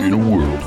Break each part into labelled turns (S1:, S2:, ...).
S1: In a world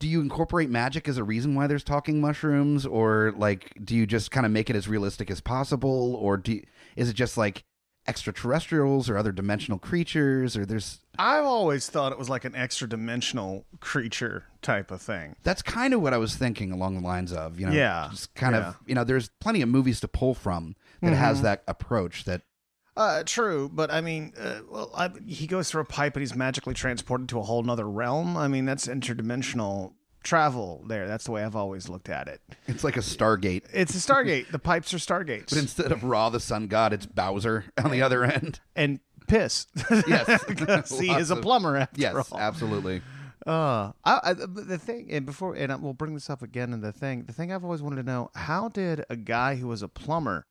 S2: do you incorporate magic as a reason why there's talking mushrooms or like do you just kind of make it as realistic as possible or do you- is it just like extraterrestrials or other dimensional creatures or there's
S3: I've always thought it was like an extra dimensional creature type of thing.
S2: that's kind of what I was thinking along the lines of you know
S3: Yeah,
S2: just kind
S3: yeah. Mm-hmm.
S2: of you know there's plenty of movies to pull from that has that approach that
S3: Uh, true, but I mean, uh, well, I, he goes through a pipe and he's magically transported to a whole nother realm. I mean, that's interdimensional travel there. That's the way I've always looked at it.
S2: it's like a Stargate
S3: It's a Stargate. the pipes are Stargates.
S2: but instead of Ra the Sun God it's Bowser on the other end
S3: and piss.
S2: Yes.
S3: 'Cause he
S2: Lots
S3: is a
S2: of-
S3: plumber after
S2: yes
S3: all.
S2: absolutely
S3: Uh, I, I, but the thing, and before, and I, we'll bring this up again in the thing. The thing I've always wanted to know: how did a guy who was a plumber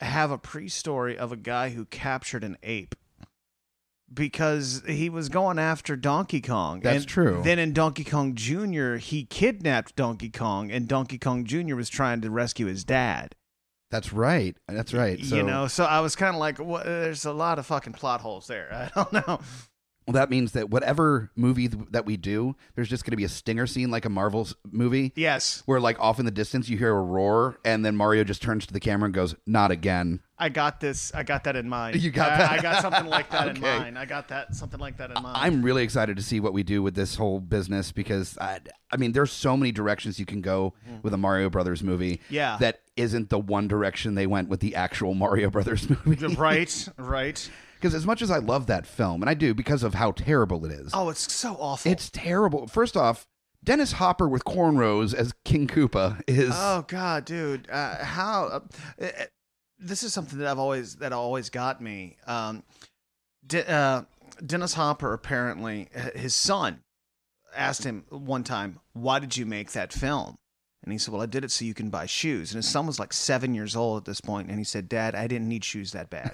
S3: have a pre-story of a guy who captured an ape? Because he was going after Donkey Kong.
S2: That's
S3: and
S2: true.
S3: Then in Donkey Kong Jr., he kidnapped Donkey Kong, and Donkey Kong Jr. was trying to rescue his dad.
S2: That's right. That's right. So,
S3: you know, so I was kind of like, what, there's a lot of fucking plot holes there. I don't know.
S2: well, that means that whatever movie th- that we do, there's just going to be a stinger scene like a Marvel s- movie
S3: Yes.
S2: where, like, off in the distance, you hear a roar, and then Mario just turns to the camera and goes, Not again.
S3: I got this. I got that in mind.
S2: You got
S3: I-
S2: that?
S3: I, got something like that in
S2: Okay.
S3: mind. I got that something like that in mind.
S2: I'm really excited to see what we do with this whole business because, I, I mean, there's so many directions you can go with a Mario Brothers movie
S3: Mm-hmm. Yeah.
S2: that isn't the one direction they went with the actual Mario Brothers movie.
S3: right, right.
S2: Because as much as I love that film, and I do because of how terrible it is,
S3: Oh, it's so awful.
S2: It's terrible. First off, Dennis Hopper with cornrows as King Koopa is
S3: oh god, dude. Uh, how? Uh, uh, this is something that I've always that always got me. Um, De- uh, Dennis Hopper apparently h- his son asked him one time, "Why did you make that film?" And he said, "Well, I did it so you can buy shoes." And his son was like seven years old at this point, and he said, "Dad, I didn't need shoes that bad."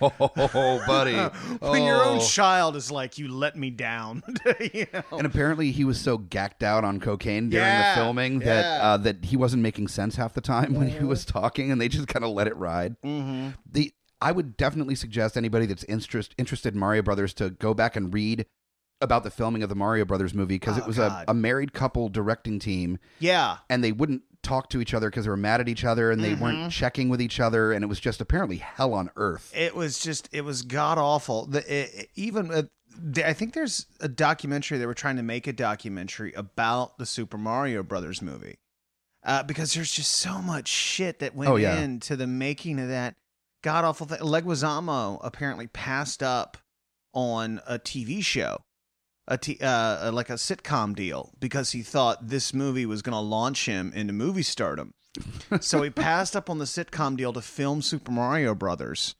S2: oh, buddy.
S3: when your own
S2: Oh.
S3: child is like, "You let me down," you know?
S2: and apparently he was so gacked out on cocaine during
S3: Yeah,
S2: the filming that
S3: yeah.
S2: uh, that he wasn't making sense half the time when he was talking, and they just kind of let it ride.
S3: mm-hmm.
S2: The I would definitely suggest anybody that's interest, interested in Mario Brothers to go back and read about the filming of the Mario Brothers movie because it
S3: Oh,
S2: was
S3: God.
S2: a, a married couple directing team
S3: Yeah,
S2: and they wouldn't talk to each other because they were mad at each other and they
S3: Mm-hmm.
S2: weren't checking with each other and it was just apparently hell on earth
S3: it was just it was god awful. The, it, it- even uh, the, I think there's a documentary they were trying to make a documentary about the Super Mario Brothers movie uh, because there's just so much shit that went
S2: Oh, yeah.
S3: into the making of that god awful thing. Leguizamo apparently passed up on a TV show. a t- uh, like a sitcom deal because he thought this movie was going to launch him into movie stardom. so he passed up on the sitcom deal to film Super Mario Brothers.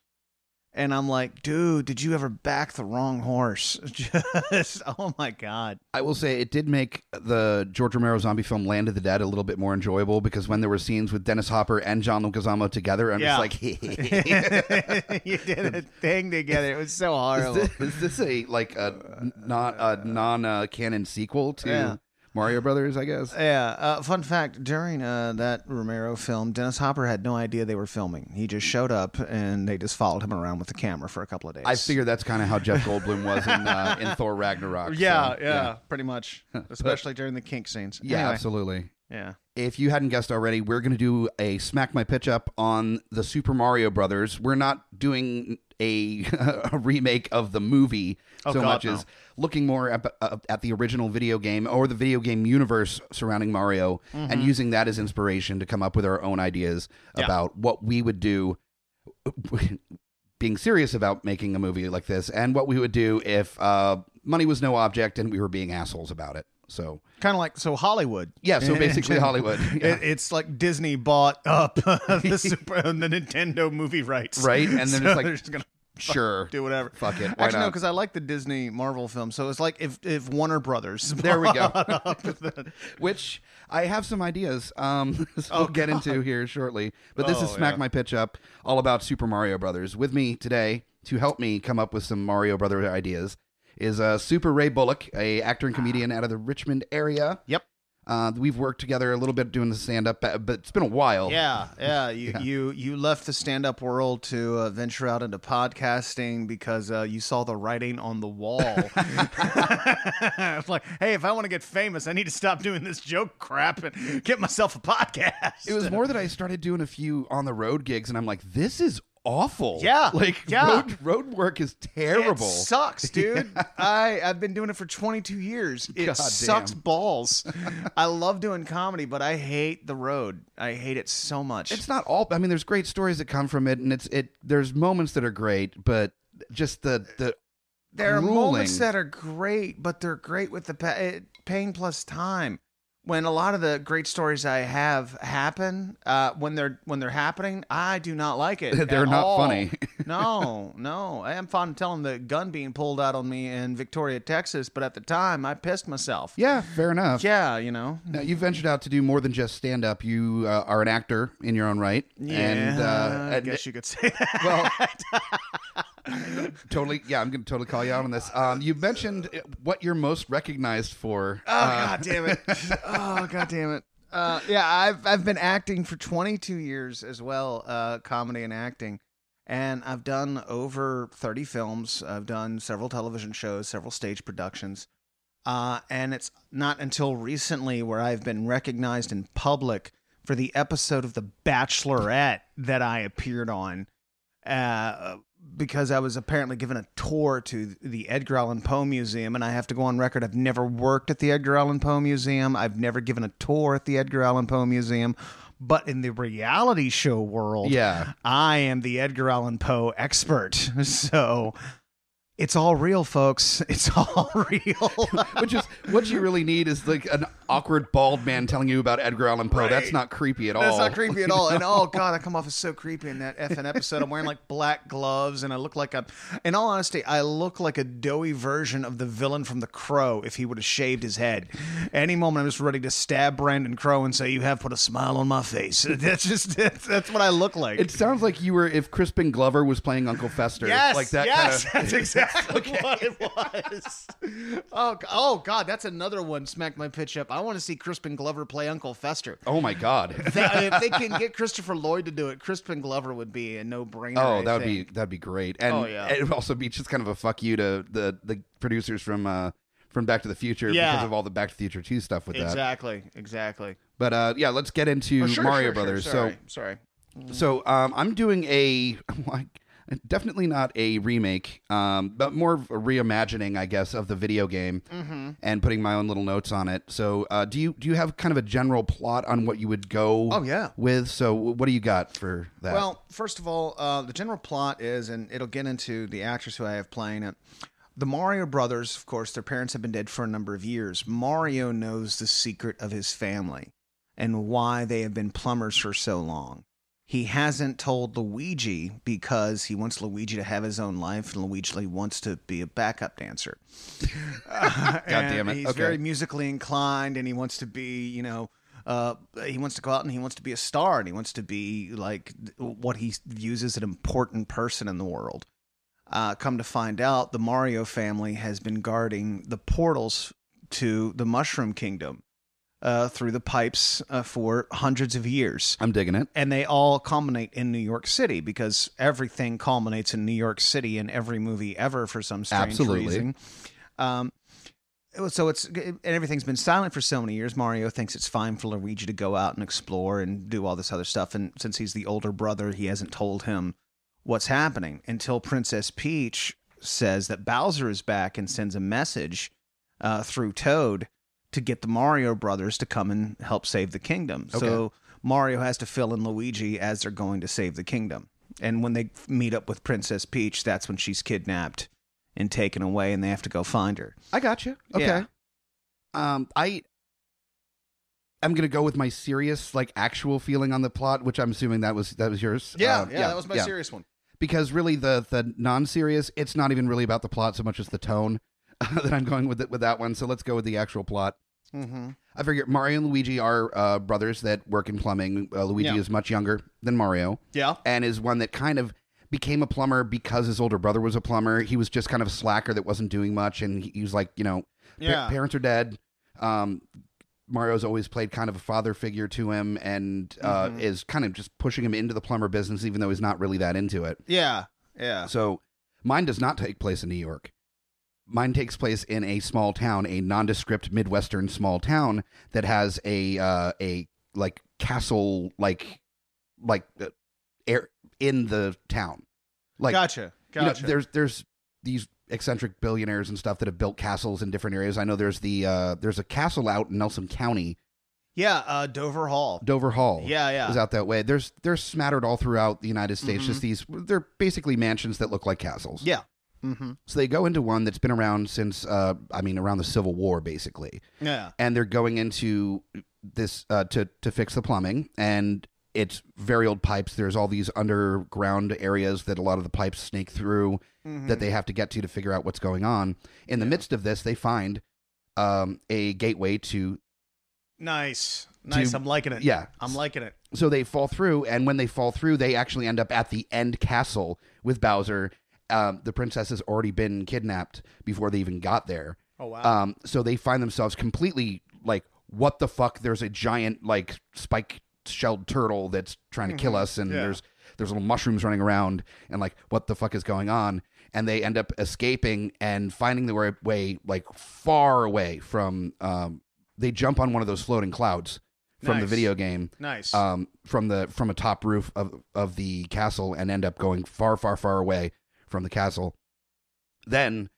S3: And I'm like, dude, did you ever back the wrong horse? Just, oh my god.
S2: i will say it did make the george romero zombie film land of the dead a little bit more enjoyable because when there were scenes with dennis hopper and john lucasamo together i'm just
S3: Yeah.
S2: like
S3: you did a thing together. It was so
S2: is,
S3: horrible.
S2: this, is this a like a not a non uh, canon sequel to
S3: Yeah.
S2: mario brothers i guess
S3: Yeah. Uh, fun fact: during uh, that Romero film, Dennis Hopper had no idea they were filming. He just showed up, and they just followed him around with the camera for a couple of days.
S2: i figure that's kind of how jeff goldblum was in, uh, in thor ragnarok so,
S3: Yeah, yeah, pretty much. Especially during the kink scenes.
S2: yeah
S3: Anyway,
S2: absolutely
S3: Yeah.
S2: if you hadn't guessed already, we're going to do a smack my pitch up on the Super Mario Brothers. We're not doing a, a remake of the movie
S3: Oh,
S2: so
S3: God,
S2: much
S3: no.
S2: as looking more at, uh, at the original video game or the video game universe surrounding Mario and using that as inspiration to come up with our own ideas
S3: Mm-hmm. Yeah.
S2: about what we would do. Being serious about making a movie like this, and what we would do if uh, money was no object and we were being assholes about it. So,
S3: Kind of like so Hollywood.
S2: yeah, so basically Hollywood. Yeah.
S3: It, it's like Disney bought up the Super, uh, the Nintendo movie rights,
S2: Right, and then
S3: so
S2: it's like-
S3: they're just gonna
S2: sure.
S3: do whatever.
S2: Fuck it. Why
S3: Actually, no,
S2: not?
S3: because I like the Disney Marvel film, so it's like if if Warner Brothers.
S2: There we go.
S3: bought up the-
S2: Which I have some ideas. Um, so we'll get into here shortly. But this is
S3: Oh,
S2: smack
S3: yeah.
S2: my pitch up, all about Super Mario Brothers. With me today to help me come up with some Mario Brother ideas is uh, Super Ray Bullock, a actor and comedian out of the Richmond area.
S3: Yep.
S2: Uh, we've worked together a little bit doing the stand up, but, but it's been a while.
S3: Yeah, yeah. You you you left the stand up world to uh, venture out into podcasting because uh, you saw the writing on the wall. It's like, hey, if I want to get famous, I need to stop doing this joke crap and get myself a podcast.
S2: It was more that I started doing a few on the road gigs, and I'm like, this is awful.
S3: Yeah,
S2: Like,
S3: yeah.
S2: Road, road work is terrible.
S3: It sucks, dude. I I've been doing it for 22 years. It
S2: God
S3: sucks
S2: damn.
S3: balls. I love doing comedy, but I hate the road. I hate it so much.
S2: it's not all i mean there's great stories that come from it and it's it there's moments that are great but just the the
S3: There are moments
S2: grueling.
S3: that are great, but they're great with the pa- eh, pain plus time. When a lot of the great stories I have happen, uh, when they're when they're happening, I do not like it.
S2: They're
S3: at
S2: not
S3: all.
S2: funny.
S3: no, no. I am fond of telling the gun being pulled out on me in Victoria, Texas, but at the time I pissed myself.
S2: yeah fair enough
S3: Yeah, you know.
S2: now you ventured out to do more than just stand up you uh, are an actor in your own right
S3: Yeah,
S2: and uh
S3: I
S2: and-
S3: guess you could say that.
S2: well totally yeah i'm gonna totally call you out on this um you mentioned what you're most recognized for
S3: Oh god damn it! oh god damn it! Uh, yeah, I've I've been acting for 22 years as well, uh, comedy and acting, and I've done over 30 films. I've done several television shows, several stage productions, uh, and it's not until recently where I've been recognized in public for the episode of The Bachelorette that I appeared on uh, because I was apparently given a tour to the Edgar Allan Poe Museum, and I have to go on record. I've never worked at the Edgar Allan Poe Museum. I've never given a tour at the Edgar Allan Poe Museum. But in the reality show world,
S2: yeah
S3: I am the Edgar Allan Poe expert. So it's all real, folks. It's all real.
S2: which is what you really need is like an awkward bald man telling you about edgar allan poe that's not creepy at all
S3: That's not creepy at all. And oh god, I come off as so creepy in that effing episode. I'm wearing like black gloves, and I look like a. In all honesty, I look like a doughy version of the villain from The Crow if he would have shaved his head. Any moment, I'm just ready to stab Brandon Crow and say, "You have put a smile on my face." That's just that's, that's what I look like.
S2: It sounds like you were if Crispin Glover was playing Uncle Fester.
S3: Yes,
S2: like that
S3: yes,
S2: kinda-
S3: that's exactly what it was. oh, g- oh God, that's another one. Smack my pitch up. I want to see Crispin Glover play Uncle Fester.
S2: Oh my god.
S3: They- if they can get Christopher Lloyd to do it, Crispin Glover would be a no-brainer.
S2: Oh,
S3: I
S2: that would be
S3: think.
S2: that'd be great. And
S3: Oh, yeah.
S2: it would also be just kind of a fuck you to the the producers from uh from Back to the Future
S3: Yeah.
S2: because of all the Back to the Future 2 stuff with that.
S3: exactly, exactly.
S2: But uh yeah, let's get into
S3: Oh, Sure,
S2: Mario
S3: sure,
S2: Brothers.
S3: Sure,
S2: so
S3: sorry, sorry.
S2: So um, I'm doing a like definitely not a remake, um, but more of a reimagining, I guess, of the video game and putting my own little notes on it. So uh, do you do you have kind of a general plot on what you would go?
S3: Oh, yeah.
S2: with. So what do you got for that?
S3: Well, first of all, uh, the general plot is, and it'll get into the actress who I have playing it. The Mario brothers, of course, their parents have been dead for a number of years. Mario knows the secret of his family and why they have been plumbers for so long. He hasn't told Luigi because he wants Luigi to have his own life, and Luigi wants to be a backup dancer. God
S2: damn it.
S3: He's
S2: Okay.
S3: very musically inclined, and he wants to be, you know, uh, he wants to go out and he wants to be a star, and he wants to be like th- what he views as an important person in the world. Uh, come to find out, the Mario family has been guarding the portals to the Mushroom Kingdom uh, through the pipes uh, for hundreds of years.
S2: I'm digging it.
S3: And they all culminate in New York City because everything culminates in New York City in every movie ever for some strange
S2: Absolutely.
S3: reason. Um, so it's and everything's been silent for so many years. Mario thinks it's fine for Luigi to go out and explore and do all this other stuff, and since he's the older brother, he hasn't told him what's happening until Princess Peach says that Bowser is back and sends a message uh, through Toad to get the Mario brothers to come and help save the kingdom. So
S2: Okay.
S3: Mario has to fill in Luigi as they're going to save the kingdom. And when they meet up with Princess Peach, that's when she's kidnapped and taken away, and they have to go find her.
S2: I got you. Okay.
S3: Yeah.
S2: Um, I I'm gonna go with my serious, like, actual feeling on the plot, which I'm assuming that was that was yours.
S3: Uh,
S2: Um, yeah.
S3: serious one.
S2: Because really, the the non-serious, it's not even really about the plot so much as the tone that I'm going with it with that one. So let's go with the actual plot.
S3: Mm-hmm.
S2: I figure Mario and Luigi are uh, brothers that work in plumbing. Uh, Luigi
S3: Yeah.
S2: is much younger than Mario
S3: Yeah.
S2: and is one that kind of became a plumber because his older brother was a plumber. He was just kind of a slacker that wasn't doing much, and he, he was like, you know, pa-
S3: Yeah.
S2: parents are dead. Um, Mario's always played kind of a father figure to him, and uh,
S3: Mhm.
S2: is kind of just pushing him into the plumber business, even though he's not really that into it.
S3: Yeah. Yeah.
S2: So mine does not take place in New York. Mine takes place in a small town, a nondescript midwestern small town that has a uh, a like castle like like uh, air in the town. Like
S3: gotcha.
S2: you know, there's there's these eccentric billionaires and stuff that have built castles in different areas. I know there's the uh, there's a castle out in Nelson County,
S3: yeah. Uh, Dover Hall.
S2: Dover Hall
S3: yeah. Yeah.
S2: is out that way. There's they're smattered all throughout the United States.
S3: Mhm.
S2: Just these they're basically mansions that look like castles.
S3: yeah. Mm-hmm.
S2: So they go into one that's been around since, uh, I mean, around the Civil War, basically.
S3: Yeah.
S2: And they're going into this uh, to to fix the plumbing, and it's very old pipes. There's all these underground areas that a lot of the pipes snake through
S3: Mm-hmm. Hmm.
S2: that they have to get to to figure out what's going on. In the midst of this, they find um, a gateway to
S3: Nice. Nice. I'm liking it.
S2: yeah.
S3: I'm liking it.
S2: So they fall through, and when they fall through, they actually end up at the end castle with Bowser. Um, the princess has already been kidnapped before they even got there.
S3: Oh wow.
S2: Um, so they find themselves completely like, what the fuck? There's a giant like spike shelled turtle that's trying to kill us, and
S3: Mm-hmm. Yeah.
S2: there's there's little mushrooms running around, and like, what the fuck is going on? And they end up escaping and finding their way, way like far away from. Um, they jump on one of those floating clouds from the
S3: Nice.
S2: video game
S3: nice.
S2: um, from the from a top roof of of the castle and end up going far, far, far away from the castle. Then,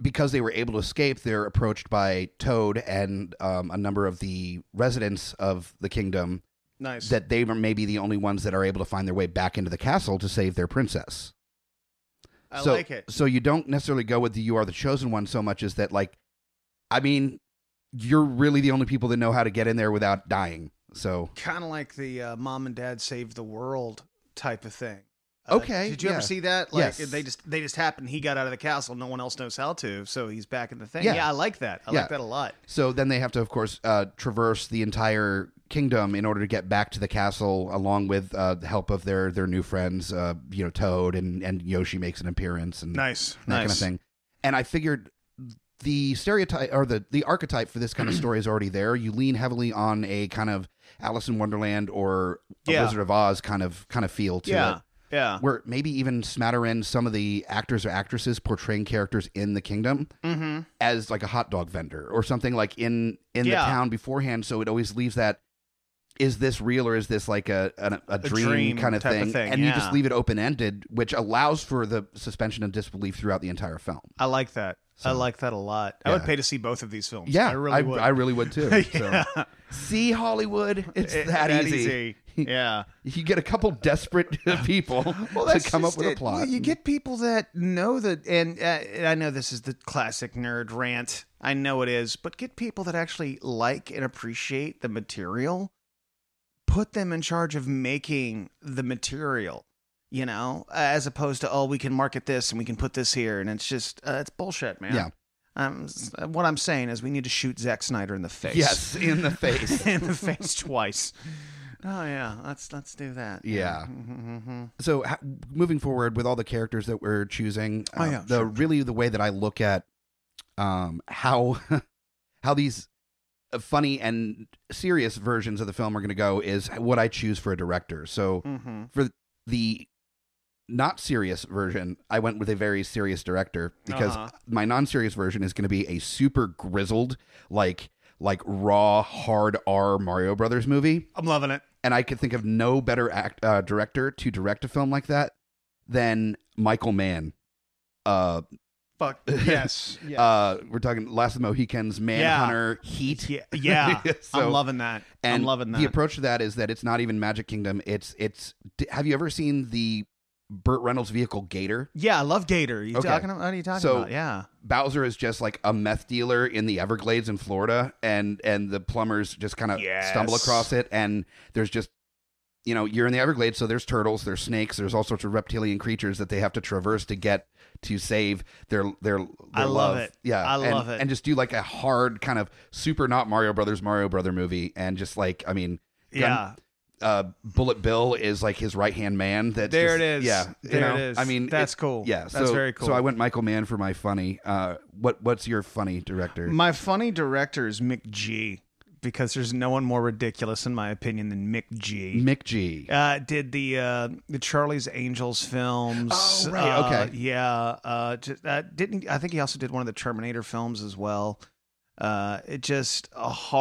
S2: because they were able to escape, they're approached by Toad and um, a number of the residents of the kingdom
S3: nice.
S2: that they were maybe the only ones that are able to find their way back into the castle to save their princess.
S3: I
S2: so,
S3: like it.
S2: So you don't necessarily go with the you are the chosen one so much as that like, I mean, you're really the only people that know how to get in there without dying. So
S3: Kind of like the uh, mom and dad save the world type of thing. Uh,
S2: Okay,
S3: Did you
S2: yeah.
S3: ever see that? Like
S2: Yes.
S3: they just they just happened. He got out of the castle. No one else knows how to. So he's back in the thing.
S2: Yeah.
S3: Yeah, I like that. I
S2: Yeah.
S3: like that a lot.
S2: So then they have to, of course, uh, traverse the entire kingdom in order to get back to the castle, along with uh, the help of their their new friends, uh, you know, Toad and and Yoshi makes an appearance and
S3: Nice.
S2: that kind of thing. And I figured the stereotype or the the archetype for this kind of story is already there. You lean heavily on a kind of Alice in Wonderland or a
S3: Yeah.
S2: Wizard of Oz kind of kind of feel to
S3: Yeah.
S2: it.
S3: Yeah.
S2: Where maybe even smatterin some of the actors or actresses portraying characters in the kingdom
S3: Mm-hmm.
S2: as like a hot dog vendor or something like in in
S3: Yeah.
S2: the town beforehand so it always leaves that is this real or is this like a a, a, dream,
S3: dream
S2: kind of
S3: type
S2: thing,
S3: of thing,
S2: and you just
S3: yeah.
S2: leave it open ended which allows for the suspension of disbelief throughout the entire film
S3: I like that. I
S2: So-
S3: like that a lot. I would pay to see both of these films.
S2: yeah
S3: I really would.
S2: I really would too
S3: yeah.
S2: so see hollywood it's
S3: It-
S2: that, easy.
S3: Yeah.
S2: you get a couple desperate people to come up with a plot Mm.
S3: Well, you get people that know that, and, uh, and I know this is the classic nerd rant. I know it is, but get people that actually like and appreciate the material. Put them in charge of making the material, you know, as opposed to oh, we can market this and we can put this here, and it's just uh, it's bullshit, man.
S2: Yeah.
S3: Um, s- what I'm saying is we need to shoot Zack Snyder in the face.
S2: yes in the face
S3: in the face twice. Oh yeah, let's let's do that.
S2: Yeah.
S3: Mm-hmm.
S2: so ha- moving forward with all the characters that we're choosing uh,
S3: Oh, yeah,
S2: the
S3: sure.
S2: really the way that i look at um how how these uh, funny and serious versions of the film are going to go is what i choose for a director so
S3: Mm-hmm.
S2: the not serious version, I went with a very serious director because
S3: Uh-huh.
S2: my non-serious version is going to be a super grizzled, like like raw hard R Mario Brothers movie,
S3: I'm loving it.
S2: and I could think of no better act uh, director to direct a film like that than Michael Mann. Uh,
S3: Fuck yes. Yeah.
S2: uh, we're talking Last of the Mohicans, Manhunter, Heat.
S3: yeah. yeah.
S2: So-
S3: I'm loving that.
S2: And
S3: I'm loving that.
S2: The approach to that is that it's not even Magic Kingdom. It's it's. d- Have you ever seen the Burt Reynolds vehicle Gator?
S3: yeah, I love Gator. You
S2: Okay.
S3: talking about? What are you talking
S2: So-
S3: about? Yeah.
S2: Bowser is just like a meth dealer in the Everglades in Florida, and and the plumbers just kind of
S3: Yes.
S2: stumble across it, and there's just. You know, you're in the Everglades, so there's turtles, there's snakes, there's all sorts of reptilian creatures that they have to traverse to get to save their their. their
S3: I love it.
S2: Yeah,
S3: I
S2: and-
S3: love it.
S2: And just do like a hard kind of super not Mario Brothers Mario Brother movie, and just like I mean, Gun-
S3: Yeah.
S2: uh, Bullet Bill is like his right hand man. That's
S3: There
S2: just-
S3: it is.
S2: Yeah, you
S3: There
S2: know?
S3: it is.
S2: I mean,
S3: that's
S2: it-
S3: cool.
S2: Yeah,
S3: That's
S2: so-
S3: very cool.
S2: So I went Michael Mann for my funny. Uh, what what's your funny director?
S3: My funny director is Mick G because there's no one more ridiculous in my opinion than Mick G.
S2: Mick G.
S3: Uh, did the uh, the Charlie's Angels films?
S2: Oh, right,
S3: Uh,
S2: okay.
S3: yeah. Uh, just, uh, didn't I think he also did one of the Terminator films as well? Uh, it just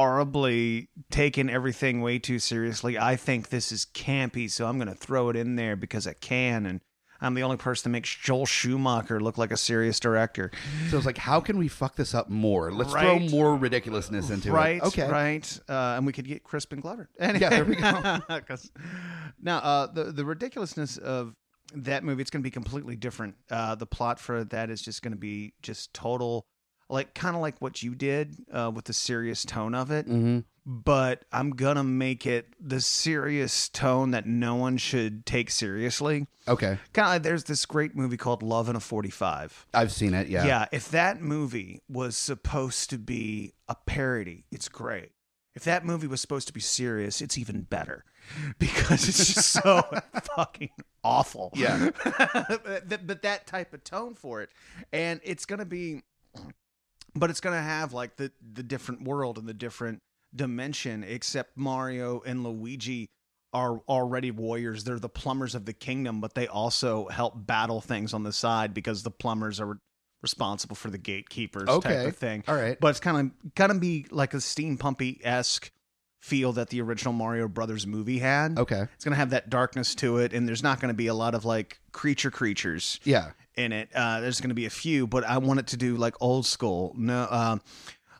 S3: horribly taken everything way too seriously. I think this is campy, so I'm going to throw it in there because I can, and I'm the only person that makes Joel Schumacher look like a serious director.
S2: So it's like, how can we fuck this up more? Let's
S3: Right.
S2: throw more ridiculousness into
S3: right,
S2: it. Okay.
S3: Right. Uh, and we could get Crispin Glover.
S2: Yeah, there we go.
S3: 'Cause- now, uh, the, the ridiculousness of that movie, it's going to be completely different. Uh, the plot for that is just going to be just total, like, kind of like what you did uh, with the serious tone of it.
S2: Mhm.
S3: But I'm going to make it the serious tone that no one should take seriously.
S2: Okay.
S3: Kind of like there's this great movie called Love in a 45.
S2: I've seen it. Yeah.
S3: Yeah. if that movie was supposed to be a parody, it's great. If that movie was supposed to be serious, it's even better because it's just so fucking awful.
S2: Yeah.
S3: but, th- but that type of tone for it. And it's going to be, but it's going to have like the, the different world and the different dimension, except Mario and Luigi are already warriors. They're the plumbers of the kingdom, but they also help battle things on the side because the plumbers are responsible for the gatekeepers
S2: Okay.
S3: type of thing.
S2: All right.
S3: But it's kind of kind of be like a steampumpy esque feel that the original Mario Brothers movie had.
S2: okay.
S3: It's gonna have that darkness to it, and there's not gonna be a lot of like creature creatures
S2: Yeah.
S3: in it. Uh, there's going to be a few, but I want it to do like old school. No, um,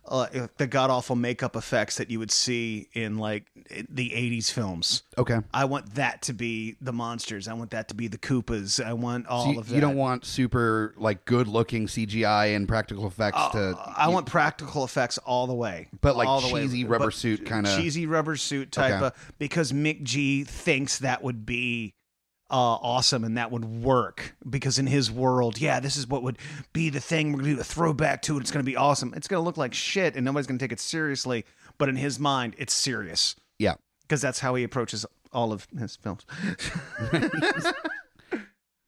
S3: uh, the god awful makeup effects that you would see in like the '80s films.
S2: Okay.
S3: I want that to be the monsters. I want that to be the Koopas. I want all
S2: So you,
S3: of that.
S2: you don't want super like good looking CGI and practical effects
S3: Uh,
S2: to,
S3: I want practical effects all the way,
S2: but like
S3: all the way.
S2: cheesy rubber
S3: But
S2: suit kind of.
S3: cheesy rubber suit type
S2: Okay.
S3: of because Mick G thinks that would be uh, awesome and that would work because in his world, yeah, this is what would be the thing. We're gonna do a throwback to it. It's gonna be awesome. It's gonna look like shit and nobody's gonna take it seriously. But in his mind, it's serious.
S2: Yeah.
S3: because that's how he approaches all of his films.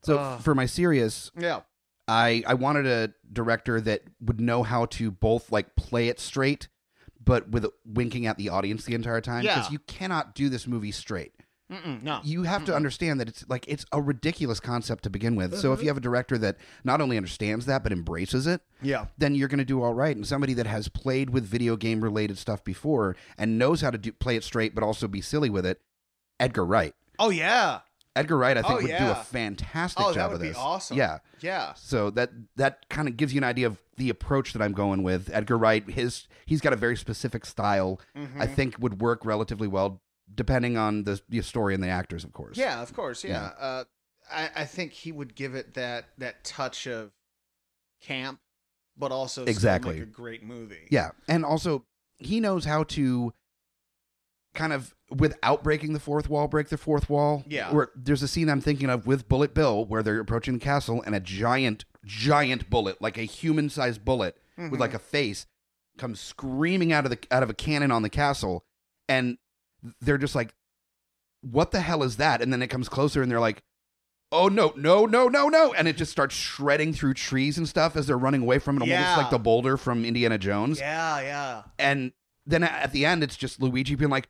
S2: So
S3: Uh.
S2: for my serious,
S3: yeah,
S2: I I wanted a director that would know how to both like play it straight, but with winking at the audience the entire time.
S3: Yeah.
S2: you cannot do this movie straight.
S3: Mm-mm, no,
S2: You have to understand that it's like it's a ridiculous concept to begin with. So
S3: Mm-hmm.
S2: if you have a director that not only understands that but embraces it,
S3: yeah.
S2: then you're going to do all right. And somebody that has played with video game related stuff before and knows how to do play it straight but also be silly with it, Edgar Wright.
S3: Oh yeah.
S2: Edgar Wright, I think,
S3: Oh,
S2: would do
S3: yeah.
S2: a fantastic
S3: Oh,
S2: job
S3: that
S2: of
S3: would be
S2: this.
S3: awesome.
S2: Yeah.
S3: Yeah.
S2: So that that kind of gives you an idea of the approach that I'm going with. Edgar Wright, his he's got a very specific style.
S3: Mm-hmm.
S2: I think would work relatively well, depending on the, the story and the actors, of course.
S3: Yeah, of course.
S2: Yeah.
S3: Yeah, Uh, I, I think he would give it that that touch of camp, but also still
S2: Exactly.
S3: make a great movie.
S2: yeah, and also he knows how to kind of without breaking the fourth wall, break the fourth wall.
S3: Yeah.
S2: Where there's a scene I'm thinking of with Bullet Bill where they're approaching the castle and a giant, giant bullet, like a human sized bullet with
S3: Mm-hmm.
S2: like a face, comes screaming out of the out of a cannon on the castle, and they're just like, What the hell is that? And then it comes closer and they're like Oh no, no, no, no, no. And it just starts shredding through trees and stuff as they're running away from it, almost
S3: Yeah.
S2: like the boulder from Indiana Jones
S3: yeah, yeah.
S2: and then at the end it's just luigi being like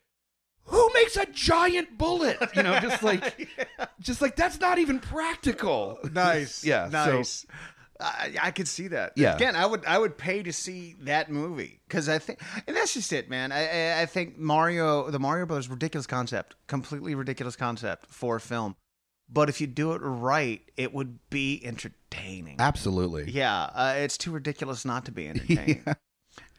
S2: who
S4: makes a giant bullet? You know, just like, just like that's not even practical.
S3: Nice.
S4: Yeah, so-
S3: Nice. I, I could see that.
S4: Yeah.
S3: Again, I would I would pay to see that movie because I think, and that's just it, man. I, I I think Mario, the Mario Brothers, ridiculous concept, completely ridiculous concept for a film, but if you do it right, it would be entertaining.
S2: Absolutely.
S3: Yeah, uh, it's too ridiculous not to be entertaining. Uh,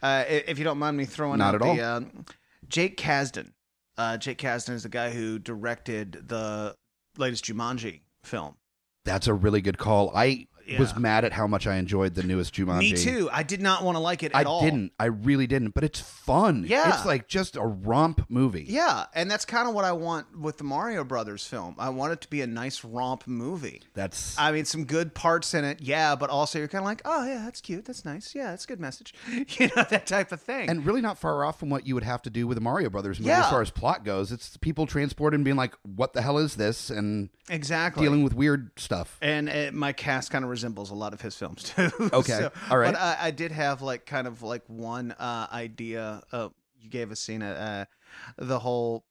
S3: i- if you don't mind me throwing
S2: Not
S3: out
S2: at all.
S3: the um, Jake Kasdan. Uh, Jake Kasdan is the guy who directed the latest Jumanji film.
S2: That's a really good call. I was
S3: Yeah.
S2: mad at how much I enjoyed the newest Jumanji.
S3: Me too. I did not want to like it
S2: I
S3: at all.
S2: didn't. I really didn't. But it's fun.
S3: Yeah.
S2: It's like just a romp movie.
S3: Yeah, and that's kind of what I want with the Mario Brothers film. I want it to be a nice romp movie.
S2: That's
S3: I mean, some good parts in it, yeah, but also you're kind of like, oh yeah, that's cute, that's nice, yeah, that's a good message, you know, that type of thing.
S2: and really not far off from what you would have to do with a Mario Brothers movie
S3: Yeah.
S2: as far as plot goes. It's people transported and being like, "What the hell is this?" and
S3: exactly.
S2: dealing with weird stuff.
S3: and uh my cast kind of resembles a lot of his films too.
S2: Okay. All right.
S3: But I, I did have like kind of like one uh, idea. Uh, you gave us scene uh, the whole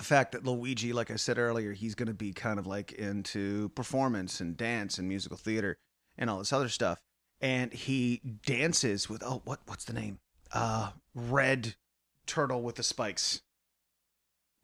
S3: fact that Luigi, like I said earlier, he's going to be kind of like into performance and dance and musical theater and all this other stuff, and he dances with oh what what's the name? Uh, red turtle with the spikes.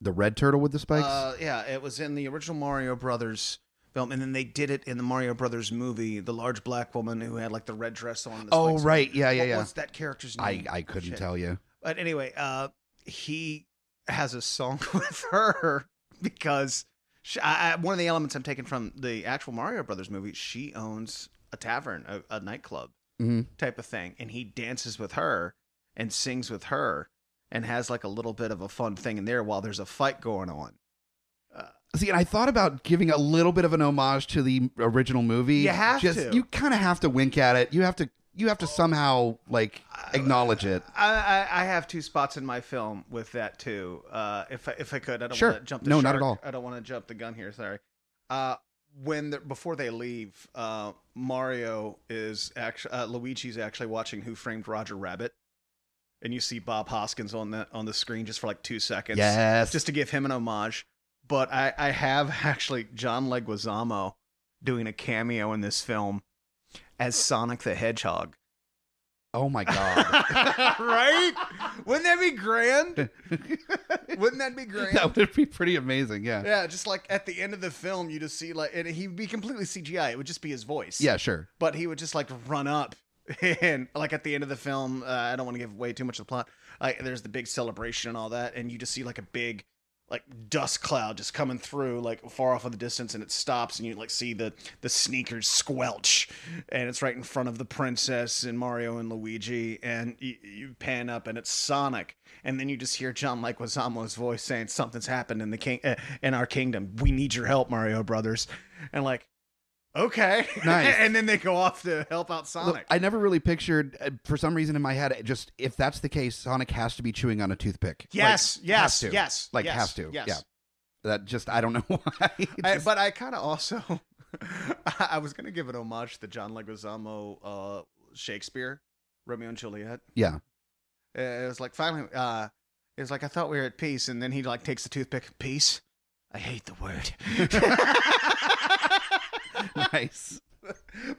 S2: The red turtle with the spikes.
S3: Uh, yeah, it was in the original Mario Brothers film, and then they did it in the Mario Brothers movie. The large black woman who had like the red dress on. The
S2: oh
S3: spikes.
S2: right, yeah, yeah,
S3: What
S2: yeah.
S3: was that character's
S2: I
S3: name?
S2: I couldn't
S3: Shit.
S2: tell you.
S3: But anyway, uh, he has a song with her because she, I, I, one of the elements I'm taking from the actual Mario Brothers movie, she owns a tavern, a, a nightclub
S2: hmm
S3: type of thing, and he dances with her and sings with her and has like a little bit of a fun thing in there while there's a fight going on.
S2: See, and I thought about giving a little bit of an homage to the original movie.
S3: You have
S2: just,
S3: to.
S2: You kind of have to wink at it. You have to. You have to somehow like acknowledge it.
S3: I, I, I have two spots in my film with that too. Uh, if I, if I could, I don't
S2: Sure.
S3: want to jump. The
S2: No, not at
S3: shark.
S2: all.
S3: I don't want to jump the gun here. Sorry. Uh, when the, before they leave, uh, Mario is actually uh, Luigi's actually watching Who Framed Roger Rabbit, and you see Bob Hoskins on the on the screen just for like two seconds,
S2: yes.
S3: just to give him an homage. But I, I have actually John Leguizamo doing a cameo in this film as Sonic the Hedgehog
S2: oh my god.
S3: right? Wouldn't that be grand? Wouldn't that be grand?
S2: that would be pretty amazing. Yeah. Yeah.
S3: Yeah, just like at the end of the film, you just see like, and he'd be completely CGI. It would just be his voice.
S2: sure.
S3: but he would just like run up, and like at the end of the film, uh, I don't want to give away too much of the plot. Like, there's the big celebration and all that, and you just see like a big, like dust cloud just coming through, like far off in the distance, and it stops, and you like see the the sneakers squelch, and it's right in front of the princess and Mario and Luigi, and you, you pan up, and it's Sonic, and then you just hear John Leguizamo's voice saying something's happened in the king uh, in our kingdom. We need your help, Mario Brothers, and like. Okay.
S2: Nice.
S3: and then they go off to help out
S2: Look,
S3: Sonic.
S2: I never really pictured, uh, for some reason in my head, it just if that's the case, Sonic has to be chewing on a toothpick.
S3: yes,
S2: Like,
S3: yes,
S2: has to.
S3: yes.
S2: Like,
S3: yes,
S2: has to.
S3: Yes.
S2: Yeah. That just, I don't know why. It
S3: I-
S2: just-
S3: but I kind of also, I I was going to give an homage to the John Leguizamo uh, Shakespeare, Romeo and Juliet.
S2: yeah.
S3: Uh, It was like, finally, uh, it was like, I thought we were at peace. And then he like takes the toothpick, peace. I hate the word.
S2: nice.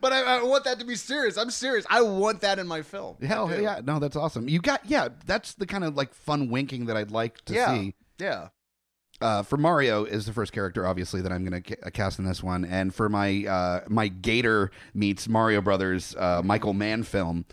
S3: but I, I want that to be serious. I'm serious. I want that in my film.
S2: Hell
S3: I do.
S2: yeah. No, that's awesome. You got, yeah, that's the kind of like fun winking that I'd like to
S3: Yeah.
S2: see.
S3: Yeah.
S2: Uh, for Mario is the first character, obviously, that I'm going to ca- uh, cast in this one. And for my uh, my Gator meets Mario Brothers uh, Michael Mann film,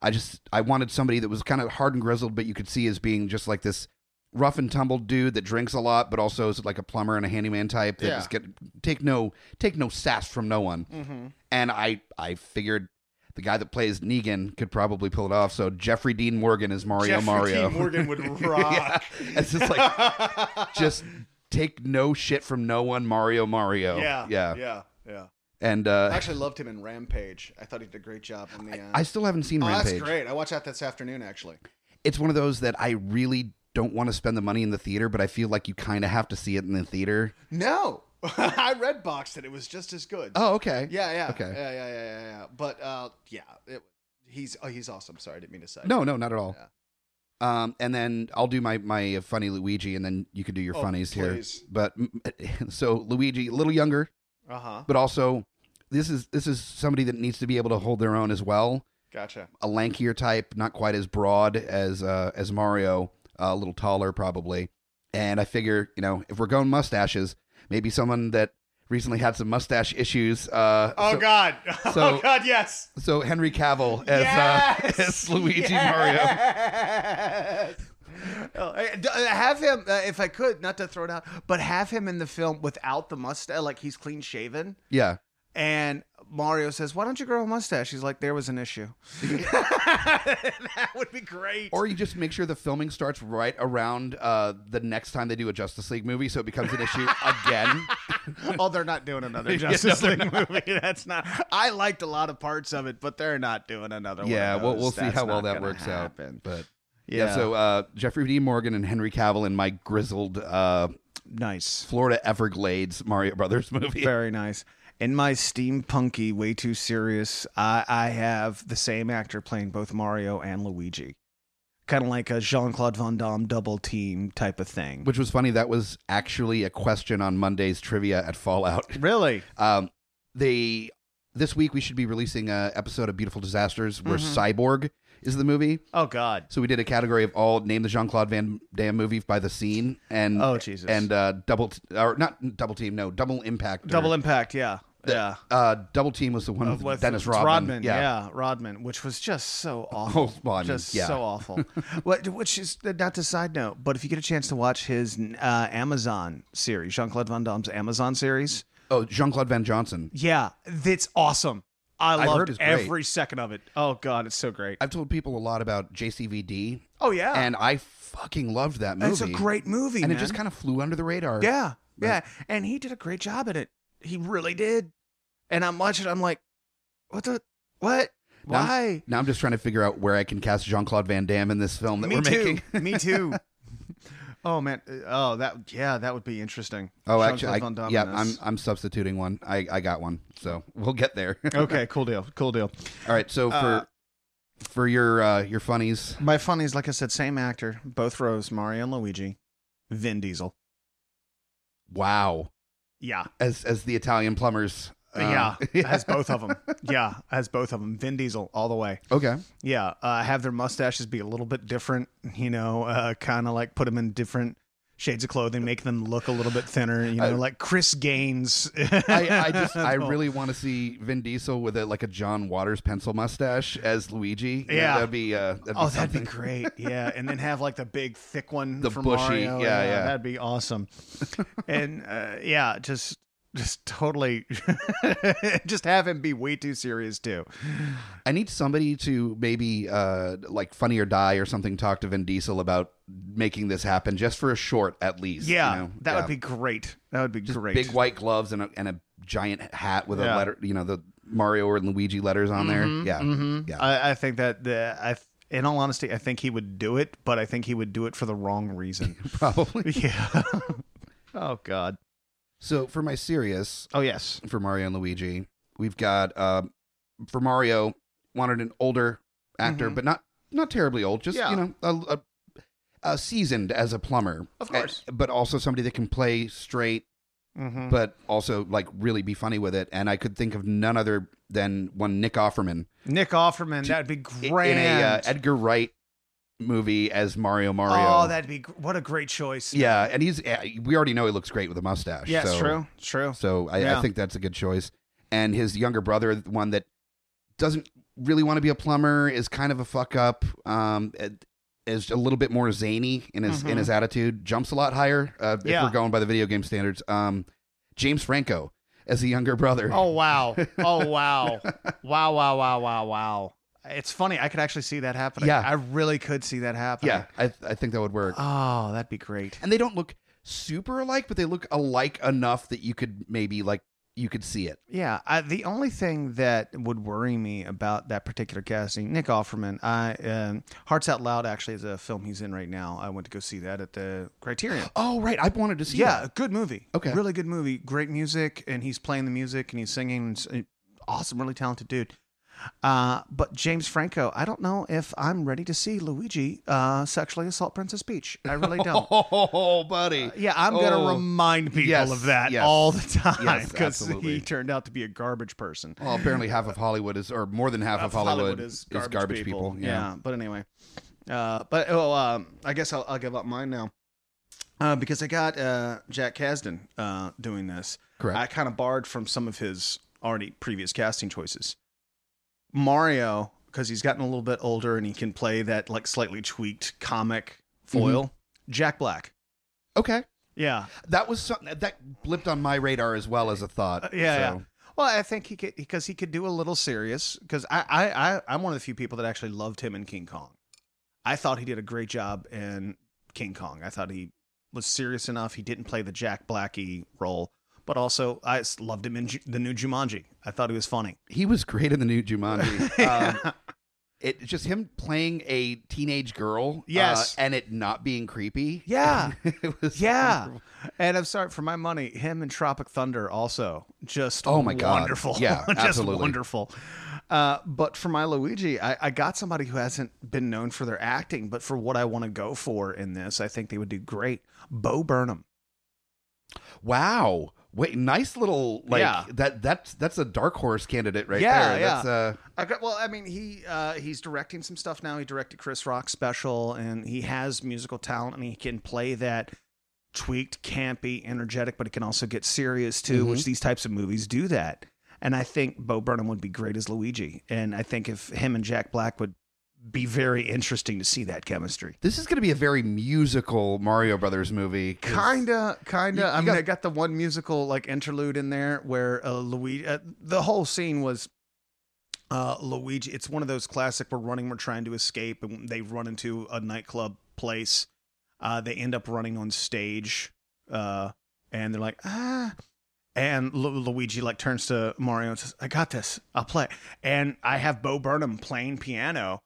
S2: I just I wanted somebody that was kind of hard and grizzled, but you could see as being just like this rough and tumble dude that drinks a lot, but also is like a plumber and a handyman type that
S3: Yeah.
S2: just get take no take no sass from no one.
S3: Mm-hmm.
S2: And I I figured the guy that plays Negan could probably pull it off. So Jeffrey Dean Morgan is Mario
S3: Jeffrey
S2: Mario.
S3: Dean Morgan would rock.
S2: yeah. It's just like just take no shit from no one mario mario
S3: yeah,
S2: yeah,
S3: yeah, yeah.
S2: and
S3: I
S2: uh
S3: actually loved him in Rampage. I thought he did a great job on the. Uh...
S2: i still haven't seen
S3: oh,
S2: rampage
S3: that's great. I watched that this afternoon actually.
S2: it's one of those that i really don't want to spend the money in the theater but i feel like you kind of have to see it in the theater
S3: No, I red boxed it. It was just as good.
S2: oh okay
S3: yeah, yeah,
S2: okay.
S3: yeah, yeah, yeah, yeah, yeah. But uh, yeah, it, he's oh, he's awesome. Sorry, I didn't mean to say.
S2: no no not at all
S3: Yeah.
S2: Um, and then I'll do my my uh, funny Luigi, and then you could do your
S5: Oh,
S2: funnies
S5: please.
S2: here. But so Luigi, a little younger,
S5: Uh
S3: Uh-huh.
S5: huh.
S2: but also this is this is somebody that needs to be able to hold their own as well.
S5: Gotcha.
S2: A lankier type, not quite as broad as uh, as Mario, uh, a little taller probably. And I figure, you know, if we're going mustaches, maybe someone that recently had some mustache issues. Uh,
S5: Oh
S2: so,
S5: God.
S2: so-
S5: oh God. Yes.
S2: so Henry Cavill as
S5: Yes!
S2: uh, as Luigi Mario.
S3: Yes! Oh, I- d- have him, uh, if I could, not to throw it out, but have him in the film without the mustache, like he's clean shaven.
S2: Yeah,
S3: And Mario says, "Why don't you grow a mustache?" He's like, "There was an issue." that would be great.
S2: or you just make sure the filming starts right around uh, the next time they do a Justice League movie, so it becomes an issue again.
S3: oh, they're not doing another Justice League movie. That's not. I liked a lot of parts of it, but they're not doing another.
S2: yeah,
S3: one of
S2: we'll,
S3: those.
S2: we'll see
S3: That's
S2: how well
S3: not
S2: that
S3: gonna
S2: works
S3: happen.
S2: out. But
S3: Yeah.
S2: yeah, so uh, Jeffrey D. Morgan and Henry Cavill in my grizzled uh,
S3: nice,
S2: Florida Everglades Mario Brothers movie.
S3: very nice. In my steampunky, way too serious, I, I have the same actor playing both Mario and Luigi, kind of like a Jean Claude Van Damme double team type of thing.
S2: Which was funny. That was actually a question on Monday's trivia at Fallout.
S3: really?
S2: Um, they this week we should be releasing a episode of Beautiful Disasters where
S3: Mm-hmm.
S2: Cyborg is the movie.
S3: Oh God.
S2: So we did a category of all name the Jean Claude Van Damme movie by the scene and
S3: Oh, Jesus.
S2: and uh, double t- or not double team no double impact or-
S3: Double Oh, impact. Yeah. yeah.
S2: uh, double team was the one with, Dennis Rodman,
S3: yeah. Rodman, which was just so awful,
S2: well, I mean,
S3: just
S2: yeah.
S3: so awful. what, which is uh, not to side note, but if you get a chance to watch his uh, Amazon series, Jean Claude Van Damme's Amazon series,
S2: Oh, Jean Claude Van Johnson.
S3: yeah, that's awesome. I
S2: I've heard
S3: loved
S2: it's great.
S3: every second of it. Oh God, it's so great.
S2: I've told people a lot about JCVD,
S3: oh yeah,
S2: and I fucking loved that movie.
S3: it's a great movie,
S2: and
S3: man.
S2: it just kind of flew under the radar.
S3: yeah, yeah, and he did a great job in it. He really did. And I'm watching, I'm like, what the, what,
S2: Now I'm-
S3: why?
S2: Now I'm just trying to figure out where I can cast Jean Claude Van Damme in this film that
S3: Me
S2: we're
S3: too.
S2: making.
S3: Me too. Oh man. Oh, that yeah, that would be interesting.
S2: Oh,
S3: Jean-Claude
S2: actually,
S3: Van
S2: I,
S3: Damme
S2: yeah,
S3: in this.
S2: I'm I'm substituting one. I, I got one, so we'll get there.
S3: okay, cool deal. Cool deal.
S2: All right, so for
S3: Uh,
S2: for your uh, your funnies,
S3: My funnies, like I said, same actor, both rows, Mario and Luigi, Vin Diesel.
S2: wow,
S3: Yeah,
S2: as as the Italian plumbers. um,
S3: yeah, has both of them. Yeah, has both of them. Vin Diesel all the way.
S2: Okay.
S3: Yeah, uh, have their mustaches be a little bit different. You know, uh, kind of like put them in different shades of clothing, make them look a little bit thinner. You know,
S2: I-
S3: like Chris Gaines. Oh,
S2: I, I just I really want to see Vin Diesel with a like a John Waters pencil mustache as Luigi.
S3: Yeah.
S2: that'd be uh, that'd
S3: Oh,
S2: be
S3: that'd be
S2: something.
S3: great. Yeah, and then have like the big thick one,
S2: The
S3: from
S2: bushy,
S3: Mario.
S2: yeah, yeah.
S3: that'd be awesome. and uh, yeah, just just totally, just have him be way too serious too.
S2: I need somebody to maybe uh like Funny or Die or something talk to Vin Diesel about making this happen just for a short at least.
S3: Yeah,
S2: you know?
S3: that
S2: Yeah.
S3: would be great. That would be
S2: Just
S3: great.
S2: big white gloves and a, and a giant hat with a
S3: Yeah.
S2: letter, you know, the Mario or Luigi letters on
S3: Mhm,
S2: there. Yeah.
S3: mhm.
S2: yeah.
S3: I, I think that the I. th- In all honesty, I think he would do it, but I think he would do it for the wrong reason.
S2: Probably.
S3: yeah. oh God.
S2: So for my serious,
S3: Oh yes.
S2: for Mario and Luigi, we've got um for Mario wanted an older actor,
S3: Mhm.
S2: but not not terribly old, just
S3: Yeah.
S2: you know a, a, a seasoned as a plumber,
S3: Of course.
S2: A- but also somebody that can play straight,
S3: Mm-hmm.
S2: but also like really be funny with it. And I could think of none other than one Nick Offerman
S3: Nick Offerman,
S2: To-
S3: that'd be
S2: i-
S3: grand.
S2: in a uh, Edgar Wright movie as Mario Mario.
S3: Oh, that'd be gr- what a great choice.
S2: yeah, and he's uh, we already know he looks great with a mustache.
S3: Yeah, it's
S2: so-
S3: true. It's true.
S2: So I,
S3: Yeah.
S2: I think that's a good choice. And his younger brother, the one that doesn't really want to be a plumber, is kind of a fuck up. Um, it- is a little bit more zany in his in
S3: Mhm.
S2: his attitude. Jumps a lot higher. Uh,
S3: Yeah.
S2: If we're going by the video game standards, um, James Franco as the younger brother.
S3: Oh wow. Oh wow. wow. Wow. Wow. Wow. Wow. It's funny. I could actually see that happening.
S2: Yeah.
S3: I really could see that happening.
S2: yeah, I I think that would work.
S3: Oh, that'd be great.
S2: and they don't look super alike, but they look alike enough that you could maybe like you could see it.
S3: Yeah. I, the only thing that would worry me about that particular casting, Nick Offerman, I um, Hearts Out Loud actually is a film he's in right now. I went to go see that at the Criterion.
S2: Oh right, I wanted to see.
S3: yeah,
S2: that.
S3: good movie.
S2: Okay.
S3: really good movie. Great music, and he's playing the music and he's singing. It's, uh, Awesome, really talented dude. Uh, but James Franco, I don't know if I'm ready to see Luigi uh, sexually assault Princess Peach. I really don't.
S4: Oh, buddy.
S2: Uh,
S3: Yeah, I'm gonna
S4: Oh.
S3: remind people
S4: Yes,
S3: of that
S4: yes.
S3: all the time
S4: Yes,
S3: because
S4: absolutely.
S3: he turned out to be a garbage person.
S2: Well, apparently half of Hollywood is, or more than half of Hollywood, is garbage, people.
S3: Yeah. but anyway, uh, but oh, um, I guess I'll, I'll give up mine now uh, because I got uh, Jack Kasdan uh, doing this.
S2: Correct.
S3: I kind of borrowed from some of his already previous casting choices. Mario, because he's gotten a little bit older and he can play that like slightly tweaked comic
S2: Mm-hmm.
S3: foil. Jack Black.
S2: Okay,
S3: Yeah,
S2: that was some, that blipped on my radar as well as a thought.
S3: Uh, yeah,
S2: so.
S3: yeah. Well, I think he could because he could do a little serious. Because I, I, I, I'm one of the few people that actually loved him in King Kong. I thought he did a great job in King Kong. I thought he was serious enough. He didn't play the Jack Blackie role, but also I s- loved him in Ju- the new Jumanji. I thought he was funny.
S2: He was great in the new Jumanji. um, it just him playing a teenage girl, uh,
S3: Yes.
S2: and it not being creepy.
S3: Yeah.
S2: it was
S3: Yeah,
S2: wonderful.
S3: and I'm sorry for my money. Him and Tropic Thunder also just
S2: Oh my God.
S3: wonderful,
S2: Yeah,
S3: just
S2: absolutely.
S3: wonderful. Uh, but for my Luigi, I, I got somebody who hasn't been known for their acting, but for what I want to go for in this, I think they would do great. Bo Burnham.
S2: Wow. Wait, nice little like
S3: Yeah.
S2: that. That's that's a dark horse candidate right
S3: Yeah,
S2: there.
S3: yeah.
S2: That's, uh,
S3: I got, well, I mean, he uh, he's directing some stuff now. He directed Chris Rock's special, and he has musical talent, and he can play that tweaked, campy, energetic, but it can also get serious too, which these types of movies do that. And I think Bo Burnham would be great as Luigi, and I think if him and Jack Black would be very interesting to see that chemistry.
S2: this is going to be a very musical Mario Brothers movie. 'cause-
S3: Kinda, kinda.
S2: You-
S3: I
S2: you
S3: mean,
S2: got-
S3: I got the one musical like interlude in there where uh, Luigi. Uh, the whole scene was uh, Luigi. It's one of those classic. We're running. We're trying to escape, and they run into a nightclub place. Uh, they end up running on stage, uh, and they're like, ah. And Lu- Luigi like turns to Mario and says, "I got this. I'll play." And I have Bo Burnham playing piano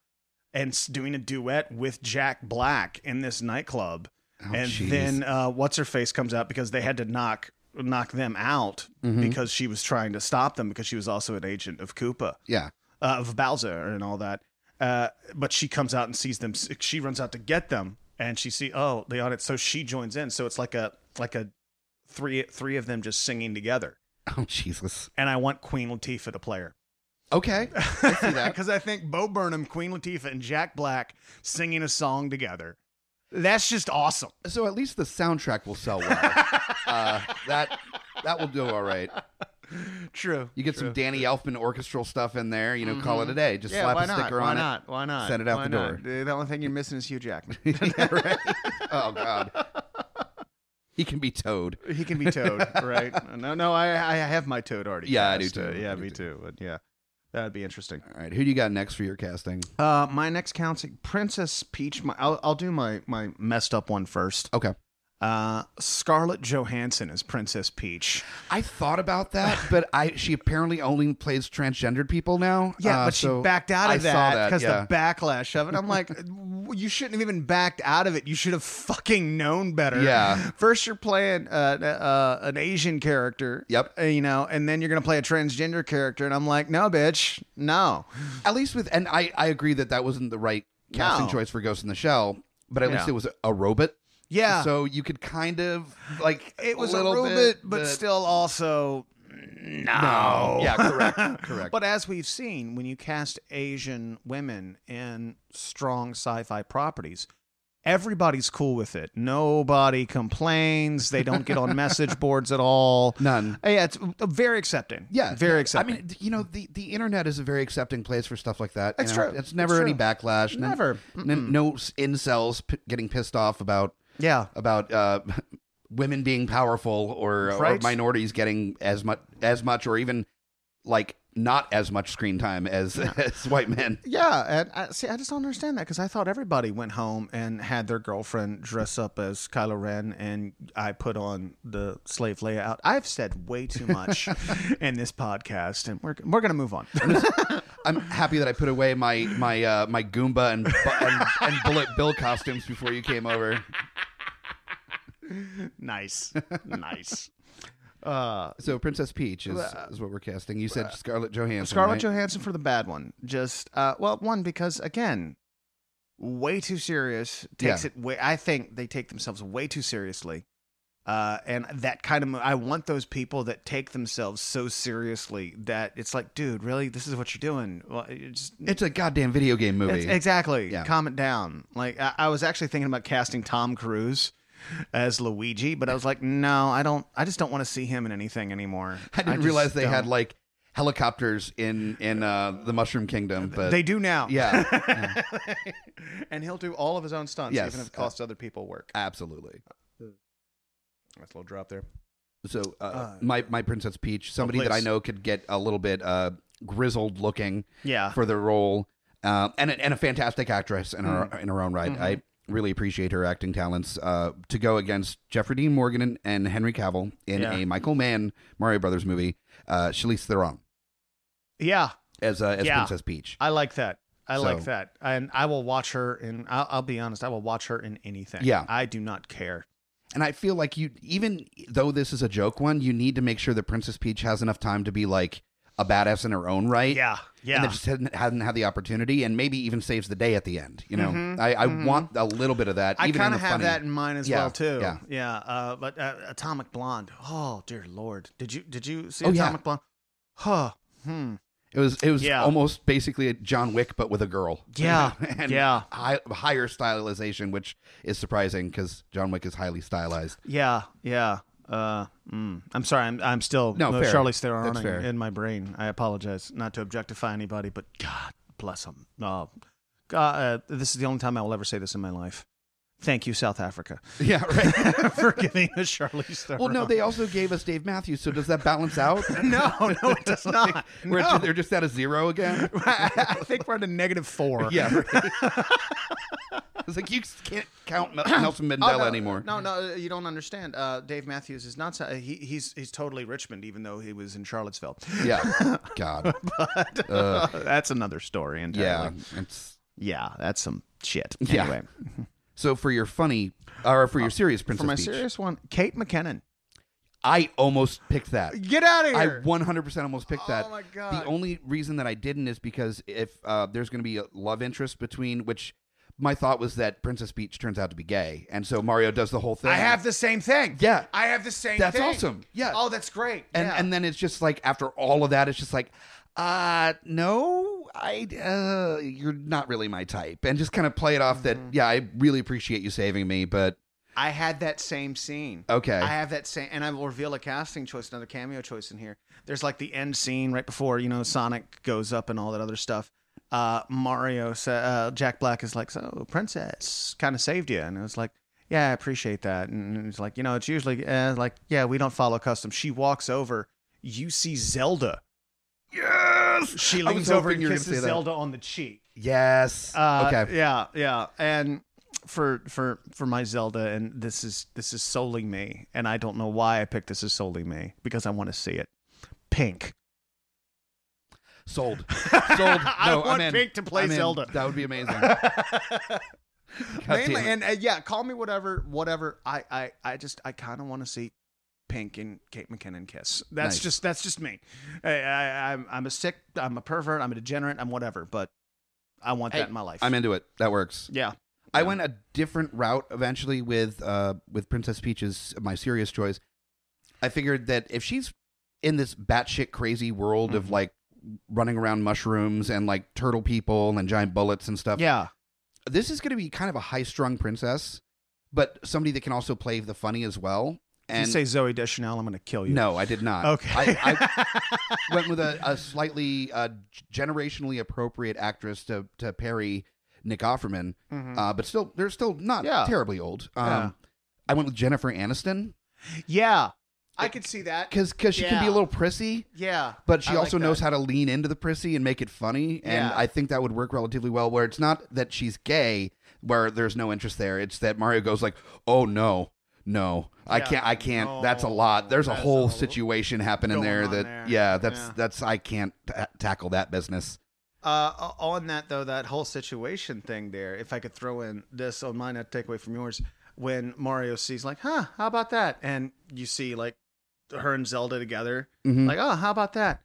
S3: and s- doing a duet with Jack Black in this nightclub
S2: Oh,
S3: and
S2: jeez.
S3: then uh, what's her face comes out because they had to knock knock them out
S2: Mhm.
S3: because she was trying to stop them because she was also an agent of Koopa
S2: yeah,
S3: uh, of Bowser and all that. Uh, but she comes out and sees them. She runs out to get them, and she see oh they on it. So she joins in. So it's like a like a three three of them just singing together.
S2: oh Jesus.
S3: And I want Queen Latifah to play her
S2: Okay, I see that.
S3: because I think Bo Burnham, Queen Latifah, and Jack Black singing a song together. That's just awesome.
S2: so at least the soundtrack will sell well. uh, that that will do all right.
S3: True. Mm-hmm.
S2: You get some Danny Elfman orchestral stuff in there. You know, call it a day. Just
S3: yeah,
S2: slap
S3: why
S2: a
S3: not?
S2: sticker
S3: why
S2: on
S3: not? Why not?
S2: Send it out
S3: Why
S2: the
S3: not? Uh, The only thing you're missing is Hugh Jackman.
S2: it. Yeah, right. Oh God, he can be towed.
S3: he can be Toad, right? No, no, I I have my Toad already.
S2: Yeah, I do
S3: cast. Uh,
S2: too.
S3: yeah,
S2: I do
S3: me too. But yeah, that'd be interesting.
S2: All right, who do you got next for your casting?
S3: Uh, my next counting Princess Peach. My, I'll I'll do my my messed up one first.
S2: Okay,
S3: Uh, Scarlett Johansson is Princess Peach.
S2: I thought about that, but I she apparently only plays transgendered people now.
S3: Yeah,
S2: Uh,
S3: but she
S2: so
S3: backed out
S2: I
S3: of
S2: saw
S3: that because
S2: yeah.
S3: the backlash of it. I'm like, w- you shouldn't have even backed out of it. You should have fucking known better.
S2: Yeah.
S3: First, you're playing uh, uh, uh, an Asian character.
S2: Yep.
S3: uh, You know, and then you're gonna play a transgender character, and I'm like, no, bitch, no.
S2: at least with and I I agree that that wasn't the right casting
S3: No.
S2: choice for Ghost in the Shell, but at least
S3: Yeah.
S2: it was a robot.
S3: Yeah.
S2: So you could kind of like
S3: it was a,
S2: little
S3: little
S2: bit,
S3: bit, but still also no.
S2: No. Yeah, correct, correct.
S3: But as we've seen, when you cast Asian women in strong sci-fi properties, everybody's cool with it. Nobody complains. They don't get on message boards at all.
S2: None.
S3: Yeah, it's uh, very accepting.
S2: Yeah,
S3: very
S2: I
S3: accepting.
S2: mean, d- you know, the, the internet is a very accepting place for stuff like that.
S3: It's
S2: you know?
S3: true.
S2: It's never
S3: It's
S2: any
S3: true.
S2: backlash. No-
S3: Never.
S2: n- no s- incels p- getting pissed off about
S3: yeah.
S2: about uh, women being powerful or, or
S3: Right.
S2: minorities getting as much as much or even like not as much screen time as as white men.
S3: Yeah, and I, see, I just don't understand that because I thought everybody went home and had their girlfriend dress up as Kylo Ren, and I put on the slave layout. I've said way too much in this podcast, and we're we're gonna move on.
S2: I'm happy that I put away my my uh, my Goomba and, bu- and and Bullet Bill costumes before you came over.
S3: nice, nice. Uh,
S2: So Princess Peach is, is what we're casting. You said Scarlett Johansson. right?
S3: Scarlett Johansson for the bad one. Just uh, well, one because again, way too serious. Takes
S2: Yeah.
S3: it way. I think they take themselves way too seriously. Uh, and that kind of mo- I want those people that take themselves so seriously that it's like, dude, really, this is what you're doing. Well, you just
S2: It's a goddamn video game movie.
S3: Ex- exactly.
S2: Yeah.
S3: Calm it down. Like I, I was actually thinking about casting Tom Cruise as Luigi, but I was like, no, I don't. I just don't want to see him in anything anymore.
S2: I didn't
S3: just
S2: realize they had
S3: don't.
S2: like helicopters in in uh, the Mushroom Kingdom, but
S3: they do now.
S2: Yeah.
S3: and he'll do all of his own stunts,
S2: Yes.
S3: even if it costs other people work.
S2: absolutely.
S3: That's a little drop there.
S2: So uh,
S3: Uh,
S2: my my Princess Peach, somebody that I
S3: please.
S2: know could get a little bit uh, grizzled looking
S3: Yeah.
S2: for the role, um, and a, and a fantastic actress in
S3: Mm.
S2: her in her own right. I
S3: Mm-hmm.
S2: really appreciate her acting talents. Uh, to go against Jeffrey Dean Morgan and, and Henry Cavill in
S3: Yeah.
S2: a Michael Mann Mario Brothers movie, uh, Charlize Theron
S3: yeah,
S2: as uh, as
S3: Yeah.
S2: Princess Peach.
S3: I like that. I like
S2: So-
S3: that, and I will watch her. In I'll, I'll be honest, I will watch her in anything.
S2: Yeah.
S3: I do not care.
S2: And I feel like you, even though this is a joke one, you need to make sure that Princess Peach has enough time to be like a badass in her own right.
S3: Yeah, yeah.
S2: And that just hadn't, hadn't had the opportunity and maybe even saves the day at the end. You know, I, I want a little bit of that.
S3: Mm-hmm. I
S2: even in
S3: kind of
S2: the
S3: have
S2: funny.
S3: that in mind as
S2: Yeah,
S3: well too.
S2: yeah.
S3: yeah. Uh, but uh, Atomic Blonde. Oh dear lord, did you did you see
S2: Oh, yeah.
S3: Atomic Blonde? Huh. Hmm.
S2: It was, it was
S3: Yeah.
S2: almost basically a John Wick, but with a girl.
S3: Yeah,
S2: and
S3: yeah.
S2: High, higher stylization, which is surprising because John Wick is highly stylized.
S3: Yeah, yeah. Uh, mm. I'm sorry. I'm I'm still
S2: No,
S3: no,
S2: fair.
S3: Charlize Theron
S2: That's fair.
S3: in my brain. I apologize, not to objectify anybody, but God bless them. Oh, God, uh, this is the only time I will ever say this in my life. Thank you, South Africa,
S2: Yeah, right.
S3: for giving us Charlize Theron.
S2: well, no, they also gave us Dave Matthews. So does that balance out?
S3: no, no, it does not.
S2: Where
S3: No.
S2: they're just at a zero again?
S3: I, I think we're at a negative four.
S2: Yeah. right. it's like you can't count Mel- Nelson
S3: Oh,
S2: Mandela
S3: no,
S2: anymore.
S3: No, no, you don't understand. Uh, Dave Matthews is not. uh, He, he's he's totally Richmond, even though he was in Charlottesville.
S2: Yeah. God.
S3: But
S2: Ugh.
S3: that's another story entirely.
S2: Uh, yeah. It's
S3: Yeah, that's some shit.
S2: Yeah.
S3: Anyway,
S2: so for your funny or for your serious Princess
S3: Uh, for my
S2: Peach,
S3: serious one, Kate McKinnon.
S2: I almost picked that.
S3: Get out of
S2: I
S3: here.
S2: 100% almost picked
S3: Oh
S2: that.
S3: my God.
S2: The only reason that I didn't is because if uh, there's going to be a love interest between which my thought was that Princess Peach turns out to be gay and so Mario does the whole thing.
S3: I have the same thing.
S2: Yeah.
S3: I have the same
S2: That's
S3: thing.
S2: awesome. Yeah.
S3: Oh, that's great.
S2: and
S3: yeah.
S2: and then it's just like after all of that it's just like uh no i uh you're not really my type and just kind of play it off
S3: Mm-hmm.
S2: that yeah i really appreciate you saving me but
S3: I had that same scene.
S2: okay
S3: I have that same, and I will reveal a casting choice, another cameo choice in here. There's like the end scene right before you know Sonic goes up and all that other stuff. Uh, Mario, sa- uh, Jack Black is like, "So, princess, kind of saved you," and it was like, "Yeah, I appreciate that." And it's like, you know, it's usually uh, like, "Yeah, we don't follow custom." She walks over, you see Zelda.
S2: yes
S3: She
S2: I was
S3: leans over
S2: hoping
S3: and
S2: you were gonna say
S3: kisses
S2: that.
S3: Zelda on the cheek.
S2: yes
S3: Uh,
S2: okay
S3: Yeah, yeah. And for for for my Zelda, and this is this is solely me, and I don't know why I picked this as solely me because I want to see it. Pink.
S2: sold sold
S3: I
S2: no
S3: want
S2: I'm in.
S3: Pink to play
S2: I'm in.
S3: Zelda.
S2: that would be amazing
S3: Mainly,
S2: damn it.
S3: and uh, yeah, call me whatever, whatever. I I I just I kind of want to see Pink and Kate McKinnon kiss. That's
S2: Nice.
S3: just that's just me. I, I, I'm I'm a sick. I'm a pervert. I'm a degenerate. I'm whatever. But I want
S2: Hey,
S3: that in my life.
S2: i'm into it that works
S3: yeah.
S2: I went a different route eventually with uh with Princess Peach's my serious choice. I figured that if she's in this batshit crazy world
S3: Mm-hmm.
S2: of like running around mushrooms and like turtle people and giant bullets and stuff,
S3: Yeah.
S2: this is going to be kind of a high strung princess, but somebody that can also play the funny as well.
S3: If
S2: And
S3: you say Zoe Deschanel, I'm going to kill you.
S2: no, I did not.
S3: Okay.
S2: I, I went with a, a slightly uh, g- generationally appropriate actress to to parry Nick Offerman,
S3: Mm-hmm.
S2: uh, but still they're still not
S3: Yeah.
S2: terribly old. Um,
S3: Yeah.
S2: I went with Jennifer Aniston
S3: yeah, I could see that.
S2: because she can be
S3: Yeah.
S2: a little prissy,
S3: yeah,
S2: but she
S3: I
S2: also
S3: like
S2: knows
S3: that.
S2: how to lean into the prissy and make it funny. And
S3: Yeah.
S2: I think that would work relatively well. Where it's not that she's gay, where there's no interest there. It's that Mario goes like, "Oh no." No, I
S3: Yeah.
S2: can't. I can't.
S3: No,
S2: that's a lot. There's a
S3: that's
S2: whole
S3: a-
S2: situation happening
S3: going
S2: there
S3: on
S2: that,
S3: there.
S2: yeah, that's
S3: Yeah.
S2: that's I can't ta tackle that business.
S3: Uh, o- on that though, that whole situation thing there. If I could throw in this on mine, not to take away from yours. When Mario sees like, huh, how about that? And you see like her and Zelda together.
S2: Mm-hmm.
S6: Mhm.
S3: Like, oh, how about that?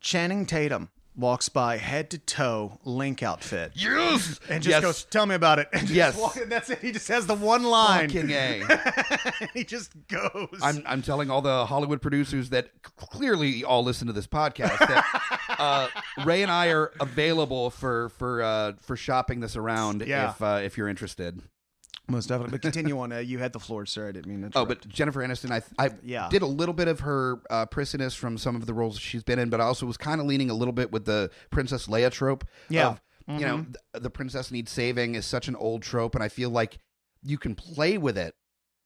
S3: Channing Tatum walks by head to toe Link outfit
S2: Yes.
S3: and just
S2: Yes.
S3: goes, "Tell me about it." And just
S2: Yes.
S3: walk- and that's it. He just has the one line.
S2: Fucking A.
S3: he just goes.
S2: I'm I'm telling all the Hollywood producers that c- clearly all listen to this podcast that uh, Ray and I are available for for uh, for shopping this around
S3: Yeah.
S2: if uh, if you're interested.
S3: Most definitely. But continue on. Uh, you had the floor, sir. I didn't mean to.
S2: Oh,
S3: interrupt.
S2: but Jennifer Aniston, I I
S3: Yeah.
S2: did a little bit of her uh, prissiness from some of the roles she's been in, but I also was kind of leaning a little bit with the Princess Leia trope.
S3: Yeah. Mm-hmm.
S2: of, you know, th- the princess needs saving is such an old trope, and I feel like you can play with it,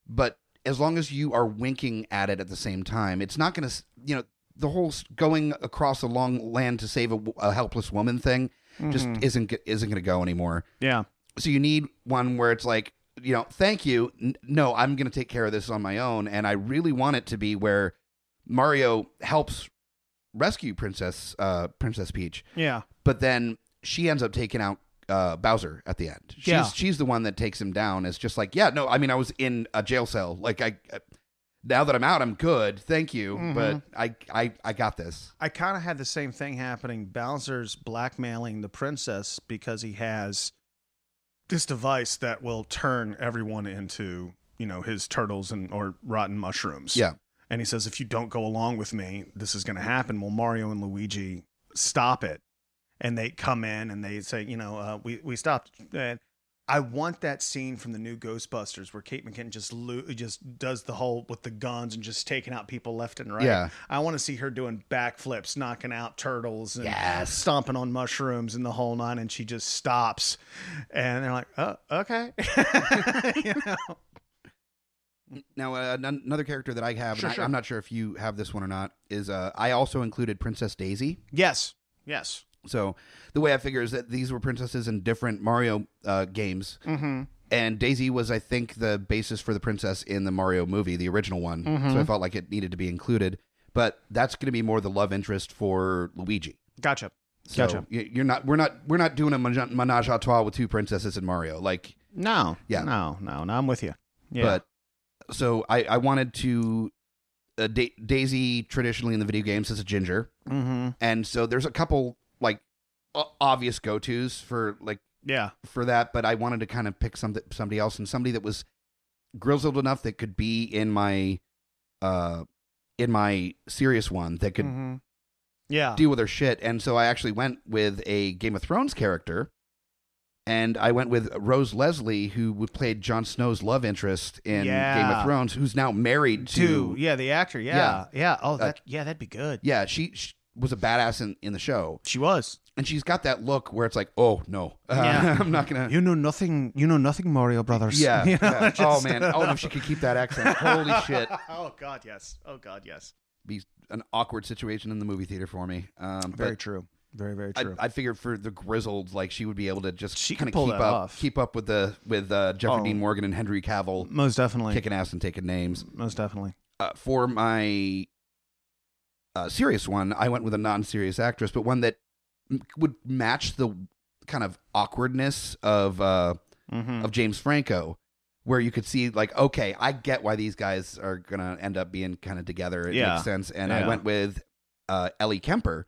S2: but as long as you are winking at it at the same time, it's not going to, you know, the whole s- going across a long land to save a, w- a helpless woman thing just
S3: Mm-hmm.
S2: isn't g- isn't going to go anymore
S3: yeah.
S2: so you need one where it's like you know thank you N- no i'm going to take care of this on my own and i really want it to be where mario helps rescue princess uh princess peach
S3: Yeah.
S2: but then she ends up taking out uh bowser at the end she's
S3: Yeah.
S2: she's the one that takes him down it's just like yeah no i mean i was in a jail cell like i I- now that i'm out i'm good thank you but
S3: Mm-hmm.
S2: i i i got this
S3: I kind of had the same thing happening. Bowser's blackmailing the princess because he has this device that will turn everyone into, you know, his turtles and or rotten mushrooms.
S2: yeah
S3: And he says, if you don't go along with me, this is going to happen. Well, Mario and Luigi stop it. And they come in and they say, you know, uh, we, we stopped. And I want that scene from the new Ghostbusters where Kate McKinnon just lo- just does the whole with the guns and just taking out people left and right.
S2: Yeah.
S3: I want to see her doing backflips, knocking out turtles and
S2: Yes.
S3: stomping on mushrooms and the whole nine. And she just stops. And they're like, oh, okay. you know?
S2: Now, uh, an- another character that I have,
S3: Sure,
S2: and I,
S3: sure.
S2: I'm not sure if you have this one or not, is uh, I also included Princess Daisy.
S3: Yes. Yes.
S2: So the way I figure is that these were princesses in different Mario uh, games,
S3: Mm-hmm.
S2: and Daisy was, I think, the basis for the princess in the Mario movie, the original one.
S3: Mm-hmm.
S2: So I felt like it needed to be included. But that's going to be more the love interest for Luigi.
S3: Gotcha.
S2: So
S3: Gotcha.
S2: y- You're not. We're not. We're not doing a menage, menage a trois with two princesses and Mario. Like
S3: No.
S2: Yeah.
S3: No, no, no. I'm with you. Yeah.
S2: But so I, I wanted to. Uh, da- Daisy traditionally in the video games is a ginger,
S3: mm-hmm.
S2: and so there's a couple like o- obvious go tos for like
S3: Yeah.
S2: for that, but I wanted to kind of pick some somebody else and somebody that was grizzled enough that could be in my uh in my serious one that could
S3: Mhm. Yeah.
S2: deal with her shit. And so I actually went with a Game of Thrones character. And I went with Rose Leslie, who w- played Jon Snow's love interest in Game
S3: Yeah.
S2: of Thrones, who's now married to.
S3: Dude, yeah, the actor. Yeah. Yeah. Oh, that, yeah, that'd be good.
S2: Yeah, she, she was a badass in, in the show.
S3: She was.
S2: And she's got that look where it's like, oh, no, uh,
S3: Yeah.
S2: I'm not going to.
S3: You know nothing. You know nothing, Mario Brothers.
S2: Yeah.
S3: You know,
S2: yeah. oh,
S3: just-
S2: man. Oh, and if she could keep that accent. Holy shit.
S3: oh God, yes. Oh God, yes.
S2: Be an awkward situation in the movie theater for me. Um,
S3: Very
S2: but
S3: true. Very very
S2: I,
S3: true.
S2: I figured for the grizzled, like she would be able to just
S3: She
S2: kind
S3: could
S2: of
S3: pull
S2: keep
S3: that
S2: up,
S3: off.
S2: keep up with the with uh, Jeffrey
S3: Oh.
S2: Dean Morgan and Henry Cavill
S3: most definitely.
S2: kicking ass and taking names.
S3: Most definitely.
S2: Uh, for my uh, serious one, I went with a non-serious actress, but one that m- would match the kind of awkwardness of uh,
S3: Mm-hmm.
S2: of James Franco, where you could see like, okay, I get why these guys are gonna end up being kind of together. It
S3: Yeah.
S2: makes sense. And
S3: Yeah.
S2: I went with uh, Ellie Kemper,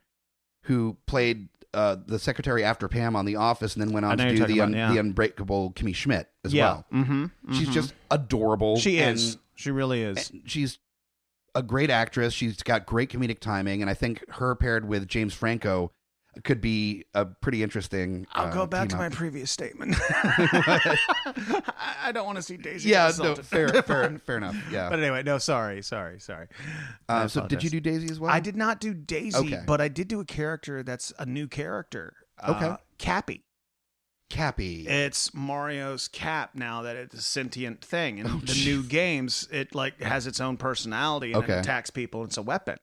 S2: who played uh, the secretary after Pam on The Office, and then went
S3: I
S2: on
S3: know
S2: to
S3: you're
S2: do
S3: talking
S2: the, un-
S3: about, yeah.
S2: the Unbreakable Kimmy Schmidt as
S3: yeah.
S2: well.
S3: Mm-hmm.
S2: She's just adorable.
S3: She
S2: and-
S3: is. She really is.
S2: and she's a great actress. She's got great comedic timing, and I think her paired with James Franco could be a pretty interesting.
S3: I'll
S2: uh,
S3: go back
S2: team
S3: to
S2: up.
S3: my previous statement. I, I don't want to see Daisy.
S2: Yeah, no,
S3: insulted.
S2: fair, fair, fair enough. Yeah.
S3: But anyway, no, sorry, sorry, sorry. I
S2: Uh, so did
S3: apologize.
S2: you do Daisy as well?
S3: I did not do Daisy,
S2: Okay.
S3: but I did do a character that's a new character. Uh,
S2: Okay.
S3: Cappy.
S2: Cappy.
S3: It's Mario's cap now that it's a sentient thing. In the new games, it like has its own personality and
S2: Okay.
S3: it attacks people. It's a weapon.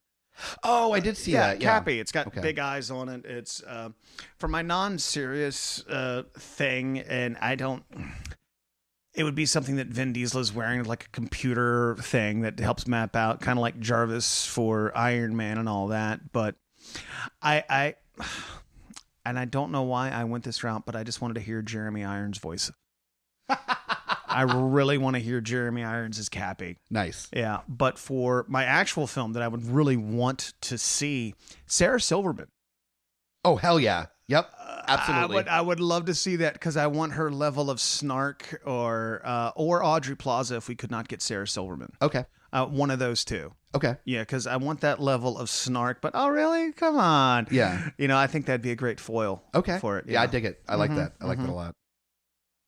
S2: oh, I did see that. Yeah.
S3: Cappy. It's got
S2: Okay.
S3: big eyes on it. It's uh, for my non-serious uh, thing, and I don't. It would be something that Vin Diesel is wearing, like a computer thing that helps map out, kind of like Jarvis for Iron Man and all that. But I, I, and I don't know why I went this route, but I just wanted to hear Jeremy Irons' voice. I really want to hear Jeremy Irons as Cappy.
S2: Nice.
S3: Yeah, but for my actual film that I would really want to see, Sarah Silverman.
S2: Oh hell yeah. Yep.
S3: Uh, I
S2: Absolutely.
S3: would I would love to see that because I want her level of snark or uh, or Audrey Plaza if we could not get Sarah Silverman.
S2: okay.
S3: Uh, one of those two.
S2: Okay.
S3: Yeah, because I want that level of snark. But oh really? Come on.
S2: Yeah.
S3: You know, I think that'd be a great foil.
S2: Okay.
S3: For it.
S2: Yeah, I dig it. I like
S3: Mhm,
S2: that. I like that a lot.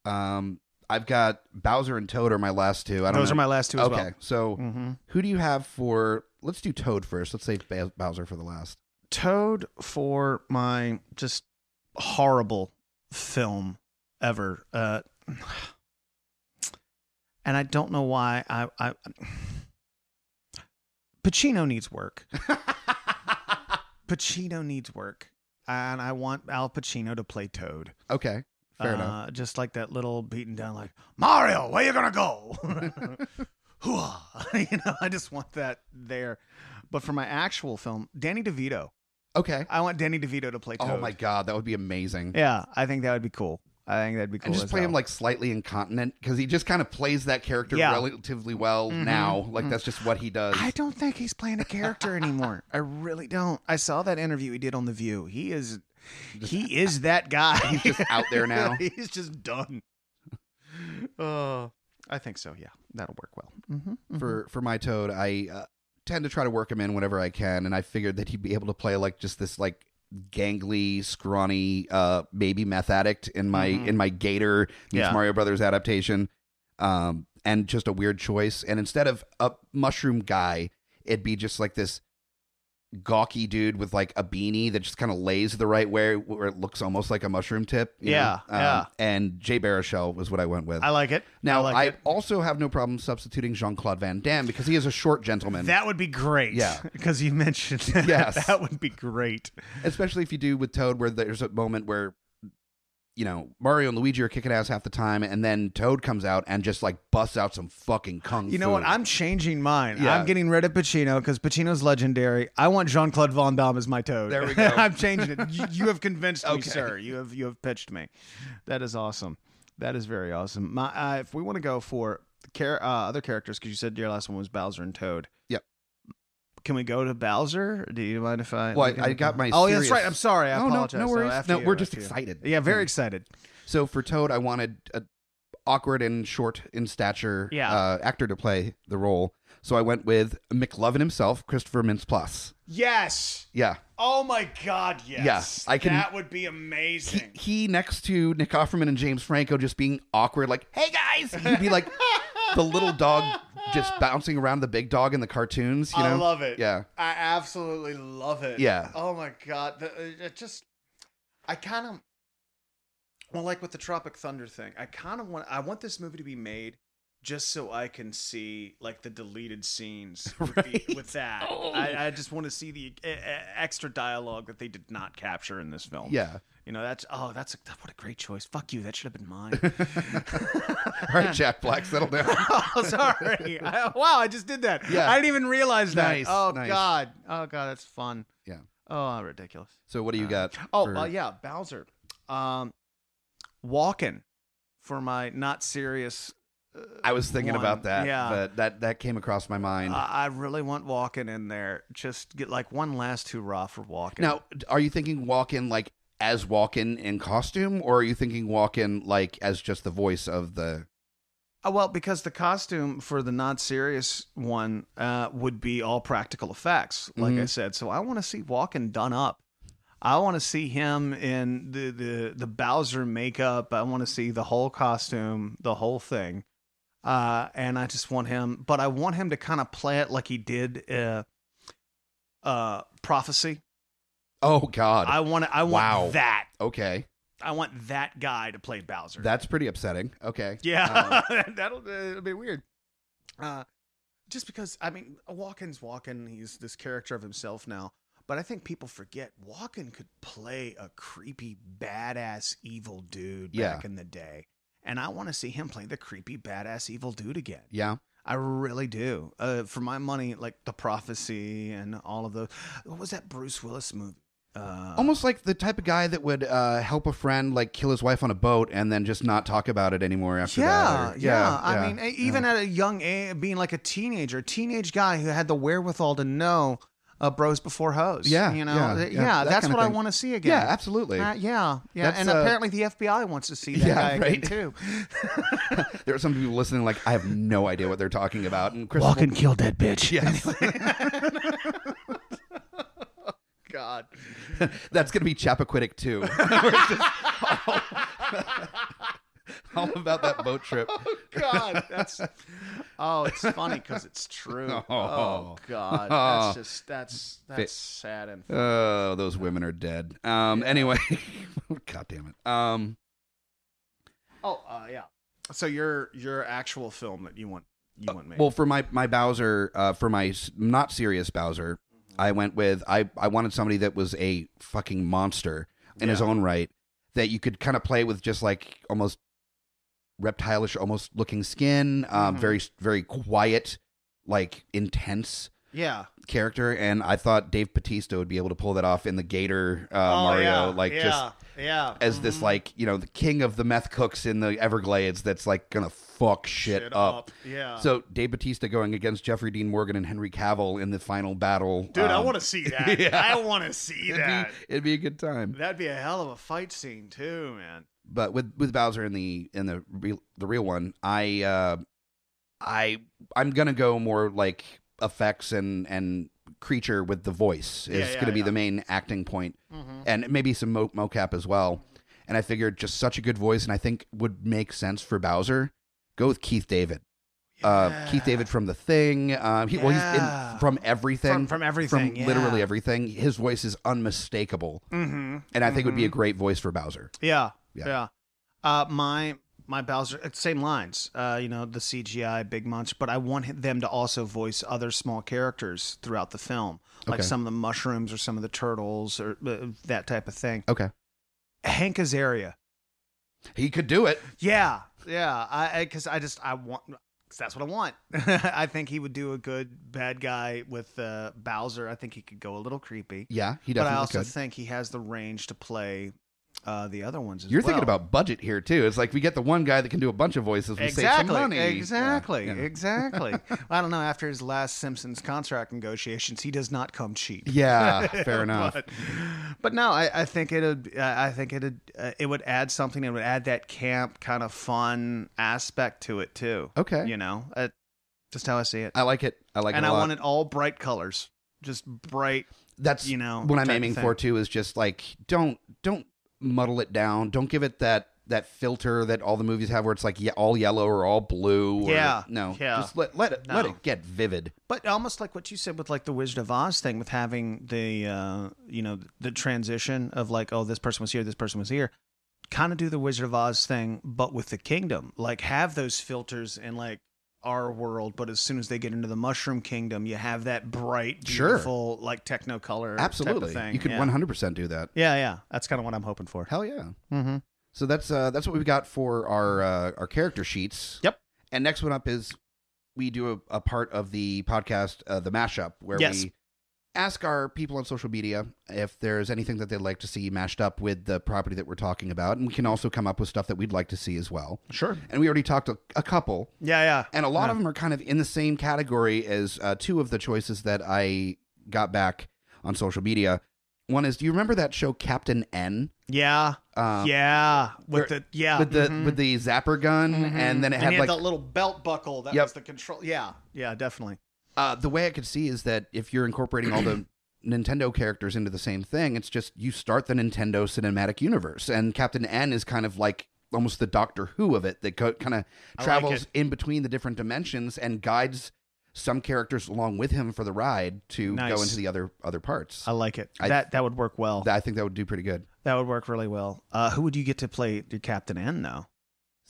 S2: Um, I've got Bowser and Toad are my last two. I don't
S3: Those
S2: know.
S3: are my last two as
S2: okay.
S3: well.
S2: So
S3: Mm-hmm.
S2: who do you have for? Let's do Toad first. Let's save Ba- Bowser for the last.
S3: Toad for my just horrible film ever. Uh, and I don't know why I, I Pacino needs work. Pacino needs work. And I want Al Pacino to play Toad.
S2: Okay. Fair
S3: uh,
S2: enough.
S3: Just like that little beaten down, like Mario, where you gonna go? Hoo-ah. you know, I just want that there. But for my actual film, Danny DeVito.
S2: Okay.
S3: I want Danny DeVito to play Toad.
S2: Oh my god, that would be amazing.
S3: Yeah, I think that would be cool. I think that'd be cool.
S2: and just
S3: as
S2: play him
S3: hell.
S2: like slightly incontinent because he just kind of plays that character
S3: Yeah.
S2: relatively well
S3: Mhm,
S2: now. Like
S3: mhm.
S2: that's just what he does.
S3: I don't think he's playing a character anymore. I really don't. I saw that interview he did on The View. He is, he is that guy.
S2: He's just out there now.
S3: he's just done. Uh, I think so. Yeah, that'll work well. Mm-hmm,
S2: for for my toad i uh, tend to try to work him in whenever i can and i figured that he'd be able to play like just this like gangly scrawny uh baby meth addict in my
S3: Mhm.
S2: in my gator meets
S3: Yeah.
S2: mario brothers adaptation um and just a weird choice and instead of a mushroom guy it'd be just like this gawky dude with like a beanie that just kind of lays the right way where it looks almost like a mushroom tip you know? Um,
S3: Yeah, yeah.
S2: and jay baruchel was what i went with
S3: I like it.
S2: now, I,
S3: I, like it.
S2: also have no problem substituting Jean Claude Van Damme because he is a short gentleman,
S3: that would be great.
S2: Yeah.
S3: because you mentioned that.
S2: Yes.
S3: that would be great.
S2: especially if you do with Toad, where there's a moment where, you know, Mario and Luigi are kicking ass half the time, and then Toad comes out and just like busts out some fucking kung
S3: You know
S2: fu.
S3: what? I'm changing mine.
S2: Yeah.
S3: I'm getting rid of Pacino because Pacino's legendary. I want Jean Claude Van Damme as my toad.
S2: There we go.
S3: I'm changing it. You, you have convinced me,
S2: Okay.
S3: sir. You have you have pitched me. That is awesome. That is very awesome. My uh, if we want to go for char- uh, other characters because you said your last one was Bowser and Toad.
S2: Yep.
S3: Can we go to Bowser? Do you mind if I?
S2: Well,
S3: we can-
S2: I, I got my.
S3: Oh, yeah,
S2: serious...
S3: that's right. I'm sorry. I
S2: no, no,
S3: apologize.
S2: no
S3: So
S2: worries.
S3: after
S2: No,
S3: you,
S2: we're just
S3: after you.
S2: excited.
S3: Yeah, very excited.
S2: So for Toad, I wanted a awkward and short in stature
S3: Yeah.
S2: uh, actor to play the role. So I went with McLovin himself, Christopher Mintz-Plasse.
S3: Yes.
S2: Yeah,
S3: Oh my God. Yes.
S2: Yeah, I can-
S3: That would be
S2: he,
S3: amazing.
S2: he next to Nick Offerman and James Franco just being awkward, like, hey guys, he'd be like the little dog just bouncing around the big dog in the cartoons, you know?
S3: I love it.
S2: Yeah.
S3: I absolutely love it.
S2: Yeah.
S3: Oh my god, the, uh, it just I kind of well, like with the Tropic Thunder thing, I kind of want I want this movie to be made just so I can see like the deleted scenes with, the, with that. I, I just want to see the uh, uh, extra dialogue that they did not capture in this film.
S2: Yeah.
S3: You know, that's oh, that's a, what a great choice. Fuck you, that should have been mine.
S2: All right, Jack Black, settle down.
S3: oh, sorry. I, wow, I just did that.
S2: Yeah.
S3: I didn't even realize that.
S2: Nice,
S3: oh
S2: nice.
S3: God. Oh God, that's fun.
S2: Yeah.
S3: Oh, how ridiculous.
S2: So what do you got?
S3: Oh,
S2: for-
S3: well, yeah, Bowser. Um, walking for my not serious. uh,
S2: I was thinking
S3: One,
S2: about that,
S3: yeah. Uh,
S2: but that that came across my mind.
S3: I, I really want walking in there. Just get like one last hurrah for walking.
S2: now, are you thinking walk in like as walk in in costume, or are you thinking walk in like as just the voice of the?
S3: Uh, well, because the costume for the not serious one uh, would be all practical effects, like I
S2: Mhm.
S3: said. So I want to see Walken done up. I want to see him in the, the, the Bowser makeup. I want to see the whole costume, the whole thing. Uh, and I just want him, but I want him to kind of play it like he did uh, uh, Prophecy.
S2: Oh God.
S3: I want I want
S2: Wow.
S3: that.
S2: okay,
S3: I want that guy to play Bowser.
S2: that's pretty upsetting. Okay.
S3: Yeah, that'll uh, it'll be weird. Uh, just because I mean, Walken's Walken. He's this character of himself now, but I think people forget Walken could play a creepy, badass, evil dude
S2: Yeah.
S3: back in the day, and I want to see him play the creepy, badass, evil dude again.
S2: yeah.
S3: I really do. Uh, for my money, like the prophecy and all of those. What was that Bruce Willis movie? Uh,
S2: Almost like the type of guy that would uh, help a friend like kill his wife on a boat and then just not talk about it anymore after
S3: yeah,
S2: that. or-
S3: yeah, I mean, e- even at a young age, being like a teenager, a teenage guy who had the wherewithal to know uh, bros before hoes.
S2: Yeah,
S3: you know,
S2: yeah,
S3: Th-
S2: yeah, that
S3: that's
S2: kinda
S3: what I
S2: thing.
S3: want to see again.
S2: yeah, absolutely.
S3: Uh, yeah, yeah,
S2: That's,
S3: and
S2: uh,
S3: apparently the FBI wants to see that
S2: Yeah,
S3: guy again
S2: right.
S3: too.
S2: there are some people listening like I have no idea what they're talking about. And Chris,
S3: kill that bitch.
S2: yes,
S3: God.
S2: that's gonna be Chappaquiddick too. We're just all, all about that boat trip.
S3: God, that's oh, it's funny because it's true. Oh,
S2: Oh.
S3: God, that's just that's that's sad and
S2: Oh, those women are dead. Um, anyway, god damn it. Um,
S3: oh uh, yeah. So your your actual film that you want you want made?
S2: well, for my my Bowser, uh, for my s- not serious Bowser,
S3: Mm-hmm.
S2: I went with I I wanted somebody that was a fucking monster in his
S3: Yeah.
S2: own right that you could kind of play with just like almost reptilish, almost looking skin, um,
S3: Mhm.
S2: very very quiet, like intense
S3: yeah,
S2: character and i thought dave Bautista would be able to pull that off in the gator uh, mario like just
S3: Oh, yeah, Mm-hmm.
S2: as this like you know the king of the meth cooks in the Everglades that's like gonna fuck shit, up.
S3: Yeah,
S2: So Dave Batista going against Jeffrey Dean Morgan and Henry Cavill in the final battle.
S3: dude, I
S2: um,
S3: want to see that.
S2: yeah.
S3: I want to see
S2: it'd be-
S3: that.
S2: it'd be a good time.
S3: That'd be a hell of a fight scene too, man.
S2: But with with Bowser in the in the real the real one, I uh I I'm gonna go more like effects and and creature with the voice is
S3: Yeah, yeah,
S2: gonna be
S3: yeah.
S2: the main acting point
S3: Mm-hmm.
S2: and maybe some mo- mocap as well. And I figured just such a good voice, and I think would make sense for Bowser. Go with Keith David. Uh, Keith David from The Thing. Um, he, Well, he's
S3: Yeah.
S2: in, from everything.
S3: From- from everything,
S2: From
S3: yeah.
S2: literally everything. His voice is unmistakable,
S3: Mm-hmm.
S2: and I think it would be
S3: Mhm.
S2: a great voice for Bowser.
S3: Yeah,
S2: Yeah.
S3: yeah. Uh, my my Bowser, it's same lines. Uh, you know, the CGI big monster, but I want them to also voice other small characters throughout the film, like
S2: Okay.
S3: some of the mushrooms or some of the turtles or uh, that type of thing.
S2: Okay,
S3: Hank Azaria.
S2: he could do it.
S3: Yeah, yeah. I because I, just I want. 'cause That's what I want. I think he would do a good bad guy with uh, Bowser. I think he could go a little creepy,
S2: Yeah, he
S3: but
S2: definitely
S3: I also
S2: could.
S3: think he has the range to play uh, the other ones. As
S2: You're thinking
S3: well.
S2: about budget here too. It's like we get the one guy that can do a bunch of voices. We save some money. Yeah,
S3: Exactly.
S2: yeah.
S3: Exactly. I don't know. After his last Simpsons contract negotiations, he does not come cheap.
S2: Yeah, fair enough.
S3: But, but no, I, I think it'd. I I think it'd. Uh, it would add something. It would add that camp kind of fun aspect to it too.
S2: Okay,
S3: You know, uh, just how I see it.
S2: I like it. I like
S3: and
S2: it
S3: I
S2: a lot.
S3: want it all bright colors, just bright.
S2: that's
S3: You know
S2: what I'm
S3: type of
S2: aiming
S3: thing.
S2: for too is just like don't don't muddle it down. Don't give it that that filter that all the movies have where it's like ye- all yellow or all blue. Or,
S3: Yeah,
S2: no,
S3: yeah.
S2: just let let it let
S3: No.
S2: it get vivid.
S3: But almost like what you said with like the Wizard of Oz thing, with having the uh, you know the transition of like oh this person was here, this person was here, kind of do the Wizard of Oz thing, but with the kingdom, like have those filters in like our world, but as soon as they get into the Mushroom Kingdom, you have that bright,
S2: Sure.
S3: beautiful like technicolor type of
S2: Absolutely,
S3: thing.
S2: you can
S3: yeah.
S2: 100 percent do that.
S3: yeah, yeah, that's kind of what I'm hoping for.
S2: Hell yeah.
S3: Mm-hmm.
S2: So that's uh that's what we've got for our uh, our character sheets.
S3: Yep.
S2: And next one up is we do a, a part of the podcast, uh, the mashup, where
S3: Yes.
S2: we ask our people on social media if there's anything that they'd like to see mashed up with the property that we're talking about, and we can also come up with stuff that we'd like to see as well.
S3: Sure.
S2: And we already talked a, a couple,
S3: Yeah, yeah.
S2: and a lot of them are kind of in the same category as uh, two of the choices that I got back on social media. One is, do you remember that show Captain N?
S3: Yeah,
S2: Um,
S3: yeah. With
S2: where-
S3: the yeah
S2: with the
S3: mhm.
S2: with the zapper gun, and then it had
S3: he
S2: like
S3: that little belt buckle that
S2: Yep.
S3: was the control. Yeah, yeah, definitely.
S2: uh, the way I could see is that if you're incorporating all the Nintendo characters into the same thing, it's just you start the Nintendo cinematic universe, and Captain N is kind of like almost the Doctor Who of it that co- kind of
S3: I like
S2: travels
S3: it.
S2: in between the different dimensions and guides some characters along with him for the ride to go
S3: Nice.
S2: into the other other parts.
S3: I like it.
S2: I-
S3: that that would work well. That,
S2: I think that would do pretty good.
S3: would work really well. Uh, who would you get to play your Captain N though?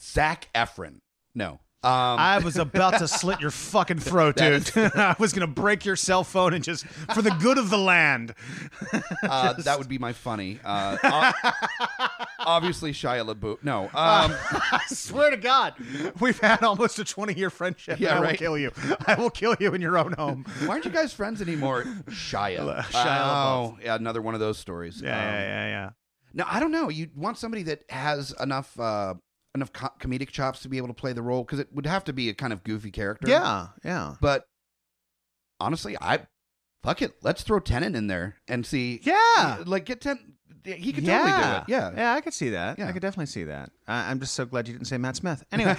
S2: Zach Efron, no. Um,
S3: I was about to slit your fucking throat,
S2: That
S3: dude. I was gonna break your cell phone and just for the good of the land.
S2: uh, that would be my funny. Uh, uh, obviously Shia LaBeouf. No, um,
S3: I swear to God, we've had almost a 20 year friendship.
S2: Yeah,
S3: I will
S2: right.
S3: kill you. I will kill you in your own home.
S2: why aren't you guys friends anymore? Shia.
S3: Shia
S2: Oh, yeah, another one of those stories.
S3: Yeah,
S2: Um,
S3: yeah, yeah, yeah.
S2: No, I don't know. You want somebody that has enough uh, enough co- comedic chops to be able to play the role because it would have to be a kind of goofy character.
S3: Yeah, yeah.
S2: but honestly, I fuck it. Let's throw Tennant in there and see.
S3: Yeah.
S2: like get Tennant. He could
S3: yeah.
S2: totally do it. Yeah.
S3: Yeah, I could see that.
S2: Yeah.
S3: I could definitely see that. I, I'm just so glad you didn't say Matt Smith. Anyway,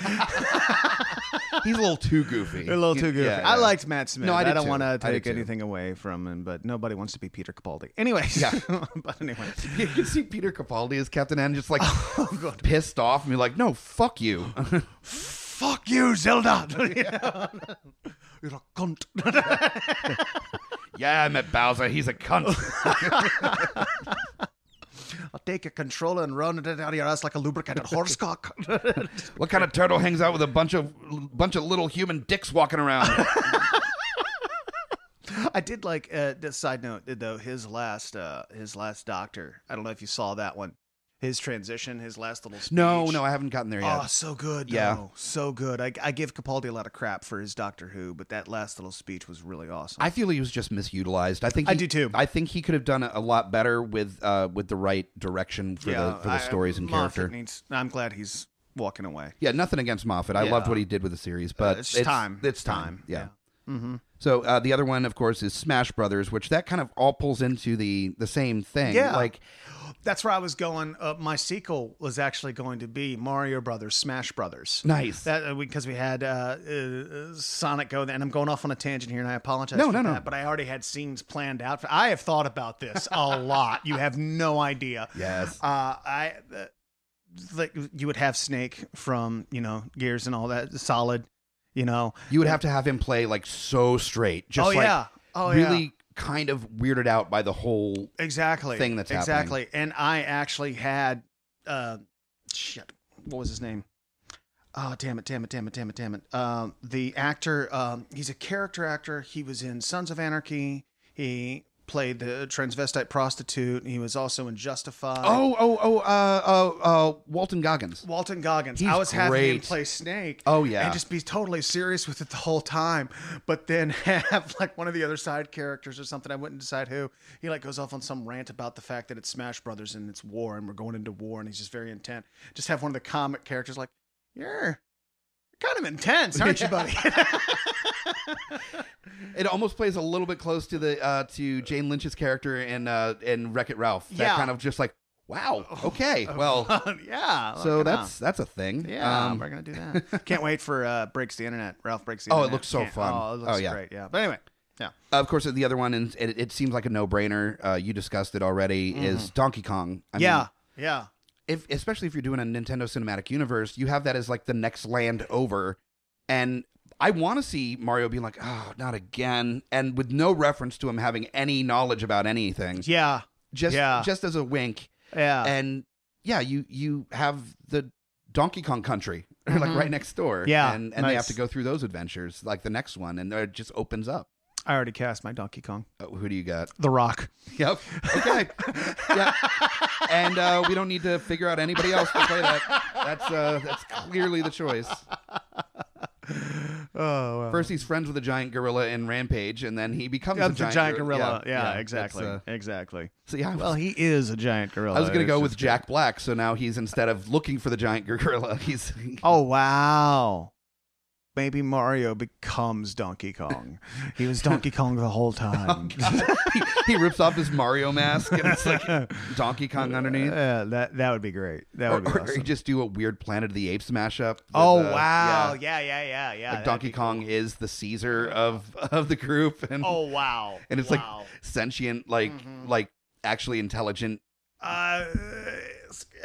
S2: he's a little too goofy.
S3: a little too goofy.
S2: Yeah,
S3: I
S2: yeah.
S3: liked Matt Smith.
S2: No, I did
S3: don't
S2: too.
S3: want
S2: I
S3: to
S2: did
S3: take
S2: too.
S3: anything away from him, but nobody wants to be Peter Capaldi. Anyway,
S2: Yeah.
S3: but anyway.
S2: You can see Peter Capaldi as Captain N, just like
S3: Oh,
S2: pissed off and be like, "No, fuck you."
S3: Fuck you, Zelda. You're a cunt.
S2: yeah, I met Bowser. He's a cunt.
S3: I'll take your controller and run it out of your ass like a lubricated horsecock.
S2: what kind of turtle hangs out with a bunch of bunch of little human dicks walking around?
S3: I did like uh the side note though his last uh his last doctor. I don't know if you saw that one. His transition, his last little speech.
S2: no, no, I haven't gotten there yet.
S3: Oh, so good.
S2: Yeah.
S3: though. So good. I, I give Capaldi a lot of crap for his Doctor Who, but that last little speech was really awesome.
S2: I feel he was just misutilized. I think
S3: I
S2: he-
S3: do too.
S2: I think he could have done a- a lot better with uh, with the right direction for the for the
S3: I-
S2: stories and
S3: Moffat
S2: character.
S3: needs- I'm glad he's walking away.
S2: yeah, nothing against Moffat. I loved
S3: Yeah.
S2: what he did with the series, but
S3: Uh, it's time.
S2: It's
S3: Time,
S2: time. Yeah.
S3: Mm-hmm.
S2: So uh, the other one, of course, is Smash Brothers, which that kind of all pulls into the the same thing.
S3: Yeah.
S2: Like
S3: That's where I was going. Uh, my sequel was actually going to be Mario Brothers, Smash Brothers.
S2: nice.
S3: That because we, had uh, uh, Sonic go, and I'm going off on a tangent here, and I apologize.
S2: No,
S3: for
S2: no, no.
S3: that, But I already had scenes planned out. For, I have thought about this a lot. You have no idea.
S2: yes.
S3: Uh, I uh, like you would have Snake from you know Gears and all that solid. You know.
S2: You would have to have him play like so straight, just
S3: oh
S2: like
S3: yeah. Oh
S2: really
S3: yeah.
S2: kind of weirded out by the whole.
S3: Exactly.
S2: thing that's happening.
S3: exactly. And I actually had uh, shit. What was his name? Oh damn it! Damn it! Damn it! Damn it! Damn it! Um, the actor. Um, he's a character actor. He was in Sons of Anarchy. He played the transvestite prostitute. He was also in Justified.
S2: Oh oh oh uh oh uh, Walton Goggins.
S3: Walton Goggins.
S2: He's
S3: I was having him
S2: great.
S3: play Snake.
S2: Oh, yeah.
S3: and just be totally serious with it the whole time, but then have like one of the other side characters or something. I wouldn't decide who. He like goes off on some rant about the fact that it's Smash Brothers and it's war and we're going into war and he's just very intent. Just have one of the comic characters like, "You're, you're kind of intense, aren't you, buddy?"
S2: It almost plays a little bit close to the uh, to Jane Lynch's character in uh, in Wreck It Ralph. That
S3: Yeah.
S2: kind of just like, wow, okay, well,
S3: yeah.
S2: so
S3: look at
S2: that's that's a thing.
S3: him. yeah.
S2: Um,
S3: we're gonna do that. Can't wait for uh, breaks the internet. Ralph breaks the
S2: Oh, it
S3: internet.
S2: looks so
S3: Can't-
S2: fun.
S3: Oh, it looks
S2: Oh, yeah.
S3: great. Yeah. But anyway, yeah.
S2: of course, the other one, and it, it seems like a no brainer. Uh, you discussed it already. Is Donkey Kong? I
S3: yeah.
S2: Mean,
S3: yeah.
S2: if especially if you're doing a Nintendo Cinematic Universe, you have that as like the next land over, and I want to see Mario being like, oh, not again, and with no reference to him having any knowledge about anything.
S3: Yeah.
S2: Just
S3: Yeah. Uh.
S2: just as a wink.
S3: Yeah.
S2: and yeah, you you have the Donkey Kong Country like right next door.
S3: Mm-hmm. Yeah,
S2: and and they
S3: nice.
S2: have to go through those adventures like the next one, and it just opens up.
S3: I already cast my Donkey Kong.
S2: Oh, who do you got?
S3: The Rock.
S2: Yep. Okay. yeah. And uh, we don't need to figure out anybody else to play that. That's uh, that's clearly the choice.
S3: Oh, well.
S2: First, he's friends with a giant gorilla in Rampage, and then he becomes
S3: Yeah,
S2: a
S3: the giant,
S2: giant, gor-
S3: gorilla. Yeah,
S2: that's,
S3: exactly.
S2: uh,
S3: exactly.
S2: so yeah, I was,
S3: Well, he is a giant gorilla.
S2: I was gonna
S3: It's
S2: go
S3: just-
S2: with Jack Black, so now he's instead of looking for the giant gorilla, he's
S3: Oh, wow. Maybe Mario becomes Donkey Kong. he was Donkey Kong the
S2: Oh,
S3: whole time.
S2: he, he rips off his Mario mask and it's like Donkey Kong underneath.
S3: Yeah, that that would be great. That
S2: Or,
S3: would be
S2: or- or
S3: awesome.
S2: you just do a weird Planet of the Apes mashup. with,
S3: oh,
S2: uh,
S3: wow.
S2: yeah.
S3: Yeah, yeah, yeah, yeah.
S2: Like Donkey Kong is the Caesar of of the group, and
S3: Oh, wow.
S2: and it's
S3: wow.
S2: like sentient, like
S3: Mm-hmm.
S2: like actually intelligent.
S3: uh,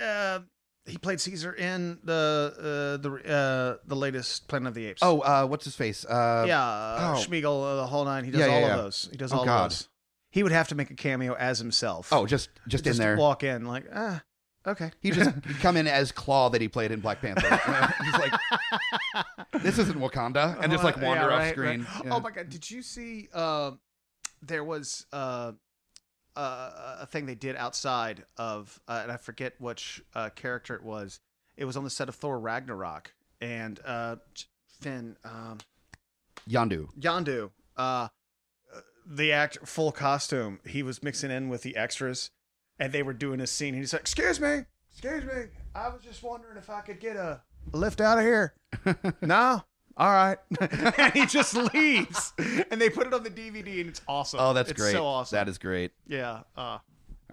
S3: uh, he played Caesar in the uh, the uh, the latest Planet of the Apes.
S2: Oh, uh, what's his face? Uh,
S3: yeah, uh,
S2: oh.
S3: Schmiegel, uh, the whole nine. He does
S2: Yeah, yeah,
S3: all
S2: yeah.
S3: of those. He does
S2: Oh,
S3: all
S2: God.
S3: of those. He would have to make a cameo as himself.
S2: Oh, just just, in there.
S3: walk in like ah, okay.
S2: He just he'd come in as Claw that he played in Black Panther. He's like, this isn't Wakanda, and just like
S3: Yeah,
S2: wander off
S3: right, Oh
S2: screen.
S3: right.
S2: Yeah.
S3: Oh my God! Did you see? um, Uh, there was uh, uh, a thing they did outside of, uh, and I forget which uh, character it was. It was on the set of Thor Ragnarok, and uh, Finn um,
S2: Yandu.
S3: Yondu, uh, the act full costume. He was mixing in with the extras, and they were doing a scene. And he's like, "Excuse me, excuse me. I was just wondering if I could get a lift out of here." no. All right, and he just leaves, and they put it on the DVD, and it's awesome.
S2: Oh, that's
S3: It's
S2: great.
S3: So awesome.
S2: That is great.
S3: yeah. Uh,
S2: All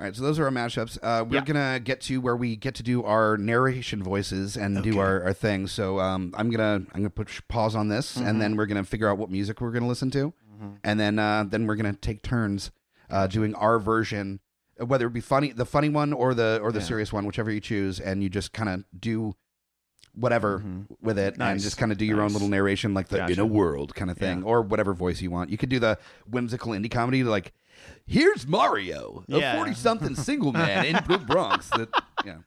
S2: right, so those are our mashups. Uh, we're
S3: Yeah.
S2: gonna get to where we get to do our narration voices and do our, our thing. So um, I'm gonna I'm gonna push pause on this,
S3: Mm-hmm.
S2: and then we're gonna figure out what music we're gonna listen to, and then uh, then we're gonna take turns uh, doing our version, uh, whether it be funny the funny one or the or the serious one, whichever you choose, and you just kind of do whatever with it, and
S3: Mm-hmm. Nice.
S2: just kind of do your own
S3: Nice.
S2: little narration, like the
S3: Gotcha.
S2: in a world kind of thing,
S3: Yeah.
S2: or whatever voice you want. You could do the whimsical indie comedy, like. Here's Mario, a
S3: Yeah.
S2: forty-something single man in the Bronx. That yeah,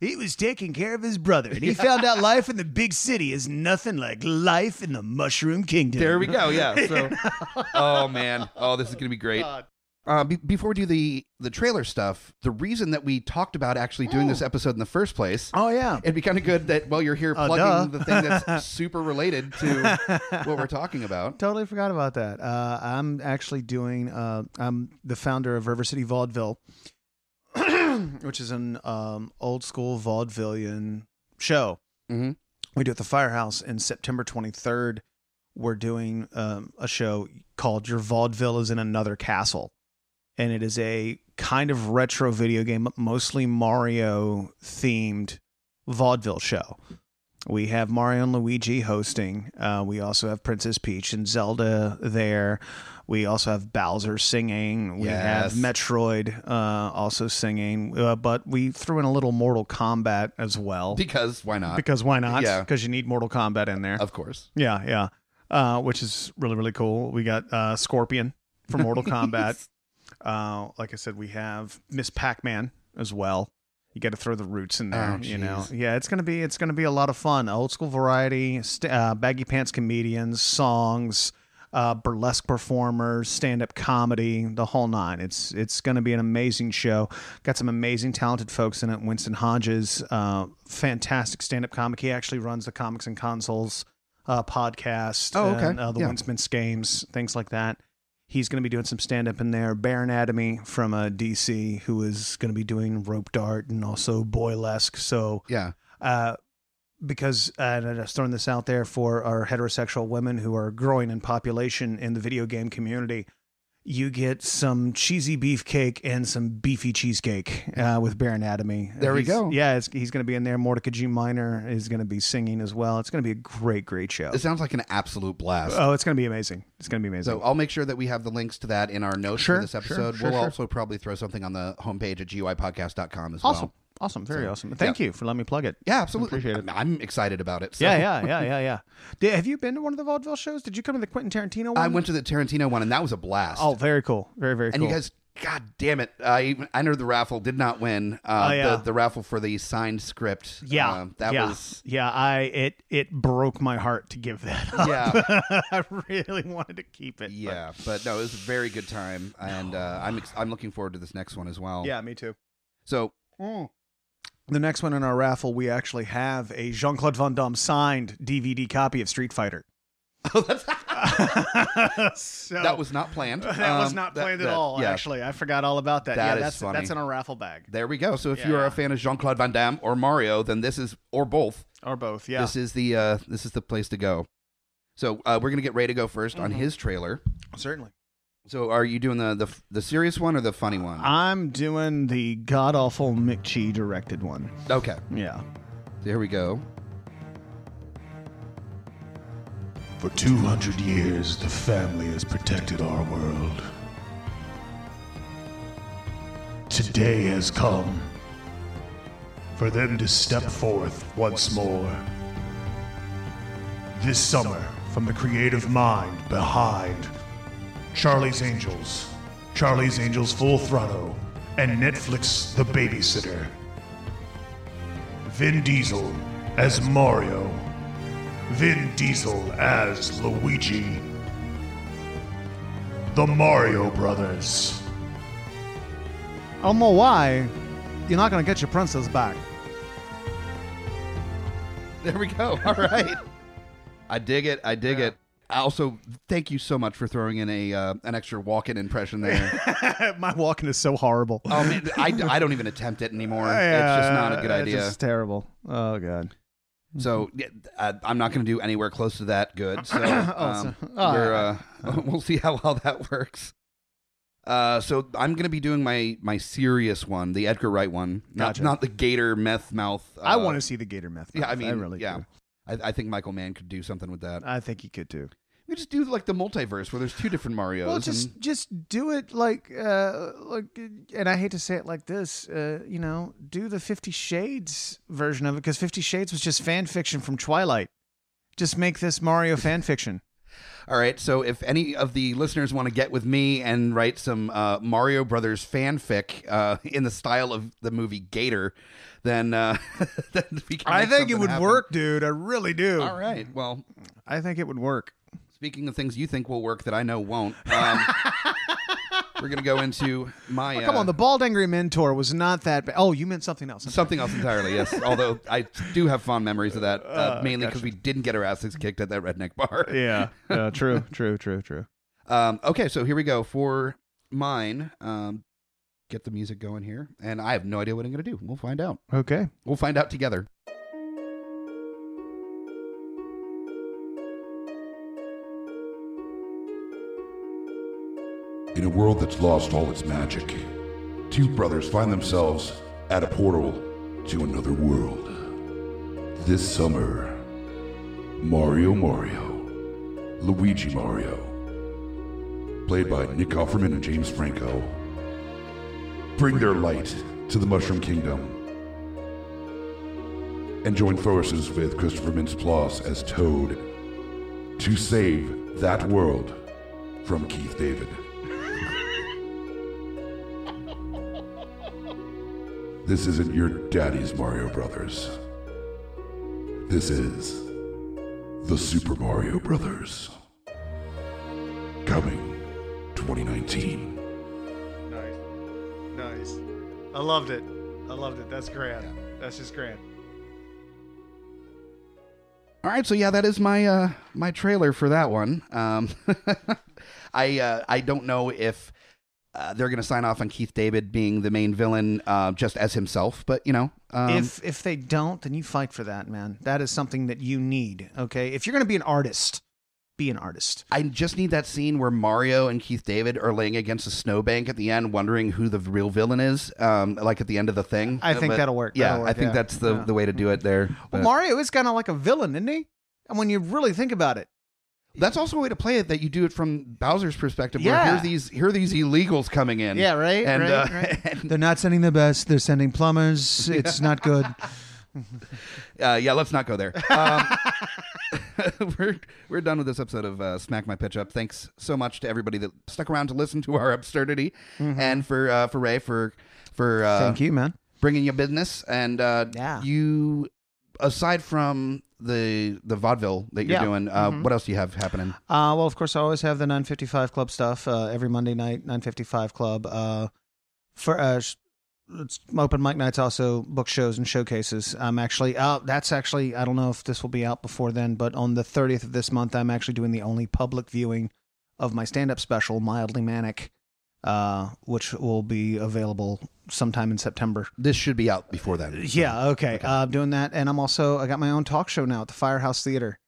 S3: He was taking care of his brother, and he found out life in the big city is nothing like life in the Mushroom Kingdom.
S2: there we go. Yeah. So, oh man, oh this is gonna be great. Uh, be- before we do the the trailer stuff, the reason that we talked about actually doing this episode in the first place,
S3: Oh yeah.
S2: it'd be kind of good that while you're here
S3: Oh,
S2: plugging
S3: duh.
S2: the thing that's super related to what we're talking about.
S3: Totally forgot about that. Uh, I'm actually doing. Uh, I'm the founder of River City Vaudeville, which is an um, old school vaudevillian show.
S2: Mhm.
S3: We do it at the Firehouse, and September 23rd, we're doing um, a show called "Your Vaudeville Is in Another Castle," and it is a kind of retro video game, but mostly Mario themed vaudeville show. We have Mario and Luigi hosting. Uh, we also have Princess Peach and Zelda there. We also have Bowser singing. We
S2: Yes.
S3: have Metroid uh, also singing. Uh, but we threw in a little Mortal Kombat as well.
S2: Because why not?
S3: because why not?
S2: Yeah.
S3: Because you need Mortal Kombat in there.
S2: Of course.
S3: Yeah, yeah. Uh, which is really, really cool. We got uh, Scorpion from Mortal Kombat. Uh, like I said, we have Miss Pac Man as well. You got to throw the roots in there,
S2: Oh,
S3: you know.
S2: jeez.
S3: Yeah, it's gonna be it's gonna be a lot of fun. Old school variety, st- uh, baggy pants comedians, songs, uh, burlesque performers, stand up comedy, the whole nine. It's it's gonna be an amazing show. Got some amazing talented folks in it. Winston Hodges, uh, fantastic stand up comic. He actually runs the Comics and Consoles uh, podcast.
S2: Oh, okay.
S3: and, uh, the
S2: Yeah.
S3: Winsmiths games, things like that. He's going to be doing some stand up in there. Bear Anatomy from uh, DC, who is going to be doing rope dart and also boylesque. So,
S2: Yeah.
S3: uh, because uh, and I'm just throwing this out there for our heterosexual women who are growing in population in the video game community, you get some cheesy beefcake and some beefy cheesecake uh, with Bear Anatomy.
S2: There we
S3: He's-
S2: go.
S3: Yeah, it's, he's going to be in there. Mordecai G. Minor is going to be singing as well. It's going to be a great, great show.
S2: It sounds like an absolute blast.
S3: Oh, it's going to be amazing. It's going to be amazing.
S2: So I'll make sure that we have the links to that in our notes
S3: Sure,
S2: for this
S3: sure,
S2: episode.
S3: sure,
S2: we'll
S3: sure.
S2: also probably throw something on the homepage at GUIPodcast.com as
S3: awesome.
S2: well.
S3: Awesome. Very awesome. Thank you for letting me plug it.
S2: Yeah, absolutely.
S3: Appreciate
S2: I'm-
S3: it.
S2: I'm excited about it. So.
S3: Yeah, yeah, yeah, yeah, yeah. Did, have you been to one of the vaudeville shows? Did you come to the Quentin Tarantino one?
S2: I went to the Tarantino one, and that was a blast.
S3: Oh, very cool. Very, very
S2: and
S3: cool.
S2: you guys, god damn it! I even entered the raffle, did not win. Uh,
S3: Oh, yeah.
S2: the, the raffle for the signed script.
S3: Yeah,
S2: Uh, that
S3: yeah,
S2: was.
S3: yeah. I it it broke my heart to give that up.
S2: Yeah.
S3: I really wanted to keep it. but-
S2: Yeah, but no, it was a very good time, and uh, I'm ex- I'm looking forward to this next one as well.
S3: yeah, me too.
S2: So
S3: The next one in our raffle, we actually have a Jean Claude Van Damme signed DVD copy of Street Fighter. so
S2: that was not planned.
S3: that was
S2: Um,
S3: not
S2: that-
S3: planned
S2: that-
S3: at all.
S2: yeah.
S3: Actually, I forgot all about that.
S2: That
S3: yeah,
S2: is
S3: that's
S2: funny.
S3: that's in our raffle bag
S2: There we go. So if
S3: Yeah,
S2: you are
S3: yeah.
S2: a fan of Jean Claude Van Damme or Mario, then this is or both.
S3: or both. Yeah.
S2: This is the uh, this is the place to go. So uh, we're gonna get Ray to go 1st on his trailer.
S3: Certainly.
S2: So are you doing the the, the serious one or the funny one?
S3: I'm doing the god awful McChee directed one.
S2: okay,
S3: Yeah.
S2: there we go.
S5: For 200 years, the family has protected our world. Today has come for them to step forth once more. This summer, from the creative mind behind Charlie's Angels, Charlie's Angels Full Throttle, and Netflix The Babysitter. Vin Diesel as Mario. Vin Diesel as Luigi. The Mario Brothers.
S7: don't know why, you're not gonna get your princess back.
S2: There we go. All right. I dig it. I dig it. I also thank you so much for throwing in a uh, an extra walk-in impression there.
S7: My walking is so horrible.
S2: oh man, I, I don't even attempt it anymore.
S7: Yeah,
S2: it's just not a good idea.
S7: It's just terrible. Oh god.
S2: So yeah, uh, I'm not going to do anywhere close to that good. So, um,
S7: Mm-hmm. so- oh,
S2: we're, uh, we'll see how well that works. Uh, so I'm going to be doing my my serious one, the Edgar Wright one, not
S7: Gotcha.
S2: not the Gator meth mouth. Uh,
S7: I want to see the Gator myth.
S2: Yeah, I mean,
S7: I really
S2: yeah.
S7: do. Uh,
S2: I, I think Michael Mann could do something with that.
S7: I think he could too.
S2: We just do like the multiverse where there's two different Mario's.
S3: Well, just
S2: and-
S3: just do it like uh like, and I hate to say it like this, uh, you know, do the Fifty Shades version of it because Fifty Shades was just fan fiction from Twilight. Just make this Mario fan fiction.
S2: all right. So if any of the listeners want to get with me and write some uh, Mario Brothers fanfic uh, in the style of the movie Gator, then, uh, then we can.
S7: I
S2: make
S7: think it
S2: something
S7: would
S2: happen.
S7: work, dude. I really do.
S2: All right. Well,
S7: I think it would work.
S2: speaking of things you think will work that I know won't, um, we're going to go into my.
S7: Oh,
S3: Come
S2: uh,
S3: on, the Bald Angry Mentor was not that bad. Oh, you meant something else.
S2: Something else entirely, yes. Although I do have fond memories of that, uh,
S7: Oh,
S2: mainly because we didn't get our asses kicked at that redneck bar.
S7: Yeah. yeah true. True. True. True.
S2: Um, okay, so here we go for mine. Um, get the music going here, and I have no idea what I'm going to do. We'll find out.
S7: Okay.
S2: We'll find out together.
S1: In a world that's lost all its magic, two brothers find themselves at a portal to another world. This summer, Mario Mario, Luigi Mario, played by Nick Offerman and James Franco, bring their light to the Mushroom Kingdom and join forces with Christopher Mintz-Plasse as Toad to save that world from Keith David. This isn't your daddy's Mario Brothers. This is the Super Mario Brothers. Coming 2019.
S7: Nice. Nice. I loved it. I loved it. That's grand. That's just grand.
S2: All right, so yeah, that is my uh, my trailer for that one. Um, I uh, I don't know if uh, they're going to sign off on Keith David being the main villain uh, just as himself, but you know, um,
S3: if if they don't, then you fight for that, man. That is something that you need. Okay, if you're gonna be an artist, be an artist.
S2: I just need that scene where Mario and Keith David are laying against a snowbank at the end, wondering who the real villain is. Um, like at the end of the thing.
S3: I think that'll work.
S2: Oh, Yeah,
S3: That'll work,
S2: I think
S3: yeah.
S2: that's the,
S3: Yeah.
S2: the way to do it there.
S3: Well,
S2: But-
S3: Mario is kind of like a villain, isn't he? And when you really think about it,
S2: that's also a way to play it that you do it from Bowser's perspective. Where
S3: Yeah.
S2: here are these here are these illegals coming in.
S3: yeah, right,
S2: And,
S3: right,
S2: uh,
S3: right.
S2: and,
S3: They're not sending the best. They're sending plumbers. It's not good.
S2: uh, yeah, let's not go there. Um, we're we're done with this episode of uh, Smack My Pitch Up. Thanks so much to everybody that stuck around to listen to our absurdity, and for uh, for Ray for for uh,
S3: Thank you, man.
S2: bringing you business and uh
S3: Yeah.
S2: you aside from the the vaudeville that you're
S3: Yeah.
S2: doing uh what else do you have happening
S3: Uh, well, of course, I always have the 955 Club stuff uh, every Monday night, 955 Club. Uh, for uh, sh- it's open mic nights, also book shows and showcases. I'm actually uh, that's actually I don't know if this will be out before then, but on the 30th of this month, I'm actually doing the only public viewing of my stand-up special, Mildly Manic, uh, which will be available sometime in September.
S2: this should be out before then
S3: Yeah, okay. Uh, I'm doing that, and I'm also I got my own talk show now at the Firehouse Theater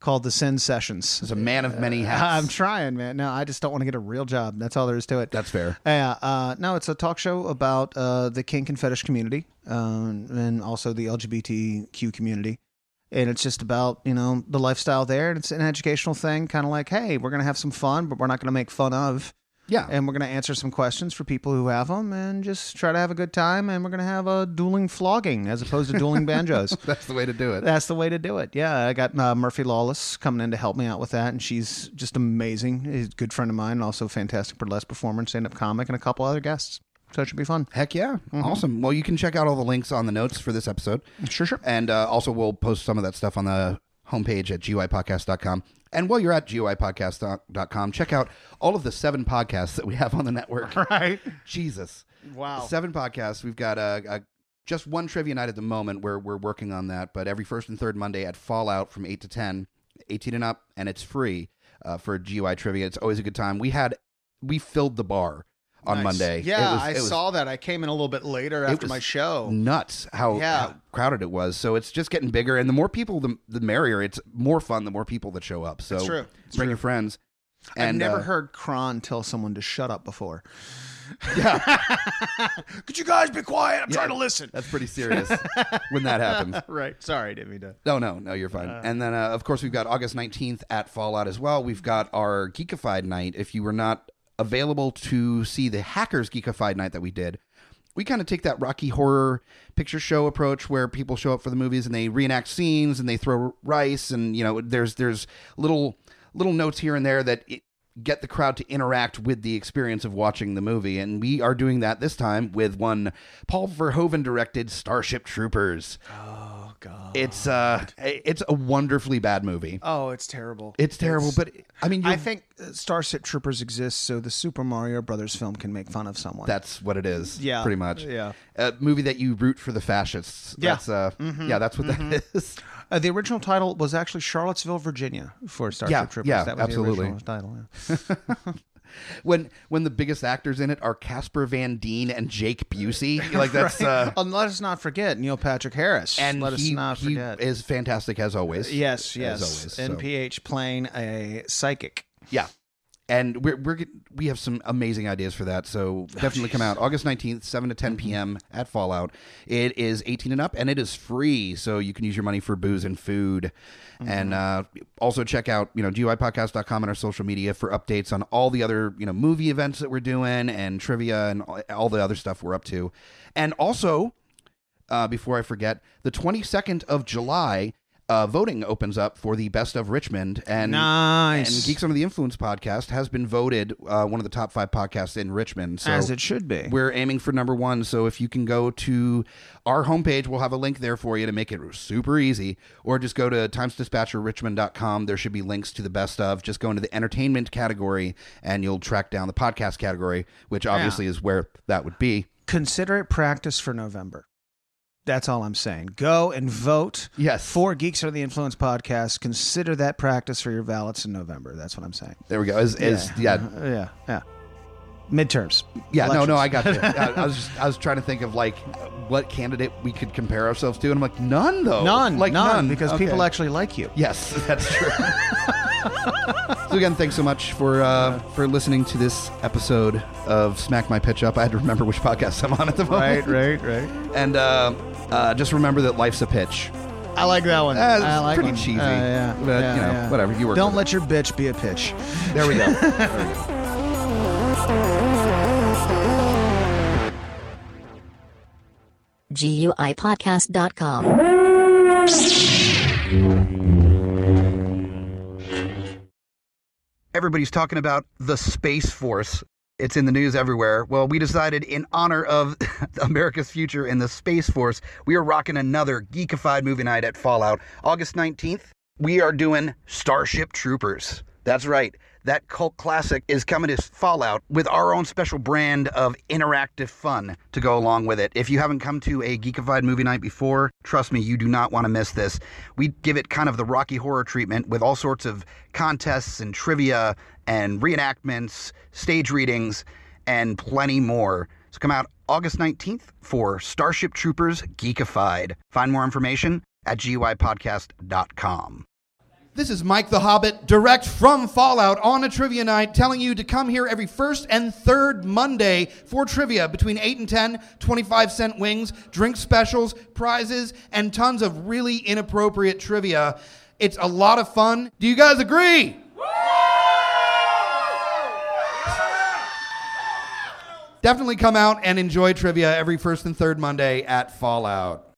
S3: called The Sin Sessions.
S2: it's a man of many hats
S3: I'm trying, man. No, I just don't want to get a real job. That's all there is to it.
S2: that's fair
S3: Yeah. Uh, no, it's a talk show about uh, the kink and fetish community um, and also the LGBTQ community. And it's just about, you know, the lifestyle there. And it's an educational thing, kind of like, hey, we're going to have some fun, but we're not going to make fun of.
S2: yeah
S3: And we're going to answer some questions for people who have them and just try to have a good time. And we're going to have a dueling flogging as opposed to dueling banjos.
S2: that's the way to do it
S3: That's the way to do it. Yeah, I got uh, Murphy Lawless coming in to help me out with that, and she's just amazing. She's a good friend of mine, and also a fantastic burlesque performer and stand-up comic, and a couple other guests. So it should be fun.
S2: heck yeah awesome well you can check out all the links on the notes for this episode
S3: Sure, sure.
S2: and uh, also we'll post some of that stuff on the homepage at guipodcast.com and while you're at guipodcast.com check out all of the seven podcasts that we have on the network
S7: Right.
S2: jesus
S5: Wow.
S2: Seven podcasts. We've got uh, uh, just one trivia night at the moment where we're working on that, but every first and third Monday at Fallout from 8 to 10, 18 and up, and it's free uh, for GUI trivia. It's always a good time. We had, we filled the bar on
S5: Nice.
S2: Monday.
S5: Yeah,
S2: It was-
S5: I
S2: it was
S5: saw that. I came in a little bit later
S2: It
S5: after
S2: was
S5: my show.
S2: Nuts how,
S5: Yeah.
S2: how crowded it was. So it's just getting bigger, and the more people, the, the merrier. It's more fun the more people that show up. So
S5: That's true. It's
S2: bring
S5: true.
S2: your friends.
S3: I've
S2: And,
S3: never
S2: uh,
S3: heard Kron tell someone to shut up before.
S5: Could you guys be quiet? I'm
S2: Yeah.
S5: trying to listen.
S2: That's pretty serious when that happens.
S5: Right. Sorry, I didn't mean to.
S2: No, no, no, you're fine. and then, uh, of course, we've got August 19th at Fallout as well. We've got our Geekified night. If you were not available to see the Hackers Geekified night that we did, we kind of take that Rocky Horror Picture Show approach where people show up for the movies and they reenact scenes and they throw rice and, you know, there's there's little little notes here and there that it, get the crowd to interact with the experience of watching the movie. And we are doing that this time with one Paul Verhoeven directed Starship Troopers.
S5: Oh God.
S2: It's uh, it's a wonderfully bad movie.
S3: Oh, it's terrible.
S2: It's terrible, but I mean,
S3: I
S2: you're,
S3: think uh, Starship Troopers exists so the Super Mario Brothers film can make fun of someone.
S2: that's what it is.
S3: Yeah.
S2: pretty much.
S3: Yeah.
S2: a movie that you root for the fascists.
S3: Yeah. Mm-hmm.
S2: that's, uh, yeah, that's what that is.
S3: Uh, the original title was actually Charlottesville, Virginia for Starship
S2: Yeah,
S3: Troopers.
S2: yeah,
S3: that was the
S2: absolutely.
S3: original title. yeah.
S2: When when the biggest actors in it are Casper Van Deen and Jake Busey, like that's uh,
S3: And Um, let us not forget Neil Patrick Harris.
S2: and
S3: Oh, let
S2: he,
S3: us not
S2: he
S3: forget.
S2: is fantastic as always.
S3: yes, yes.
S2: always, so.
S3: NPH playing a psychic.
S2: Yeah. And we're, we're get- we have some amazing ideas for that, so definitely come out August nineteenth, seven to ten p.m. at Fallout. It is eighteen and up, and it is free, so you can use your money for booze and food. And uh, also check out you know GUIPodcast.com and our social media for updates on all the other you know movie events that we're doing and trivia and all- all the other stuff we're up to. And also uh, before I forget, the 22nd of July, uh, voting opens up for the Best of Richmond. And,
S3: Nice.
S2: And Geeks Under the Influence podcast has been voted uh, one of the top five podcasts in Richmond. So
S3: as it should be.
S2: we're aiming for number one. So if you can go to our homepage, we'll have a link there for you to make it super easy. Or just go to timesdispatcherrichmond.com. There should be links to the best of. Just go into the entertainment category and you'll track down the podcast category, which obviously is where that would be.
S3: Consider it practice for November. That's all I'm saying. Go and vote
S2: Yes.
S3: for Geeks Under the Influence podcast. Consider that practice for your ballots in November. That's what I'm saying.
S2: There we go. Is, is yeah,
S3: Uh, yeah, yeah. Midterms.
S2: Yeah, no, no,
S3: Elections.
S2: I got that. I, I was just, I was trying to think of like what candidate we could compare ourselves to, and I'm like, none though,
S3: None,
S2: like
S3: Oh, none, because
S2: Okay.
S3: people actually like you.
S2: yes, that's true. so again, thanks so much for uh, for listening to this episode of Smack My Pitch Up. I had to remember which podcast I'm on at the moment,
S5: right, right.
S2: and uh, uh, just remember that life's a pitch.
S5: I like that one.
S2: Uh, it's
S3: I like
S2: pretty
S3: one.
S2: cheesy,
S3: Uh, yeah,
S2: but
S3: yeah,
S2: you know,
S3: yeah.
S2: whatever. You work.
S3: Don't
S2: with
S3: let your bitch be a pitch.
S2: it. There we go.
S8: GUIPodcast.com.
S2: Everybody's talking about the Space Force. It's in the news everywhere. Well, we decided in honor of America's future in the Space Force, we are rocking another geekified movie night at Fallout. August 19th, we are doing Starship Troopers. That's right. That cult classic is coming to Fallout with our own special brand of interactive fun to go along with it. If you haven't come to a geekified movie night before, trust me, you do not want to miss this. We give it kind of the Rocky Horror treatment with all sorts of contests and trivia and reenactments, stage readings, and plenty more. So come out August 19th for Starship Troopers Geekified. Find more information at GUIPodcast.com. This is Mike the Hobbit, direct from Fallout on a trivia night, telling you to come here every first and third Monday for trivia between 8 and 10, 25 cent wings, drink specials, prizes, and tons of really inappropriate trivia. It's a lot of fun. Do you guys agree? Definitely come out and enjoy trivia every first and third Monday at Fallout.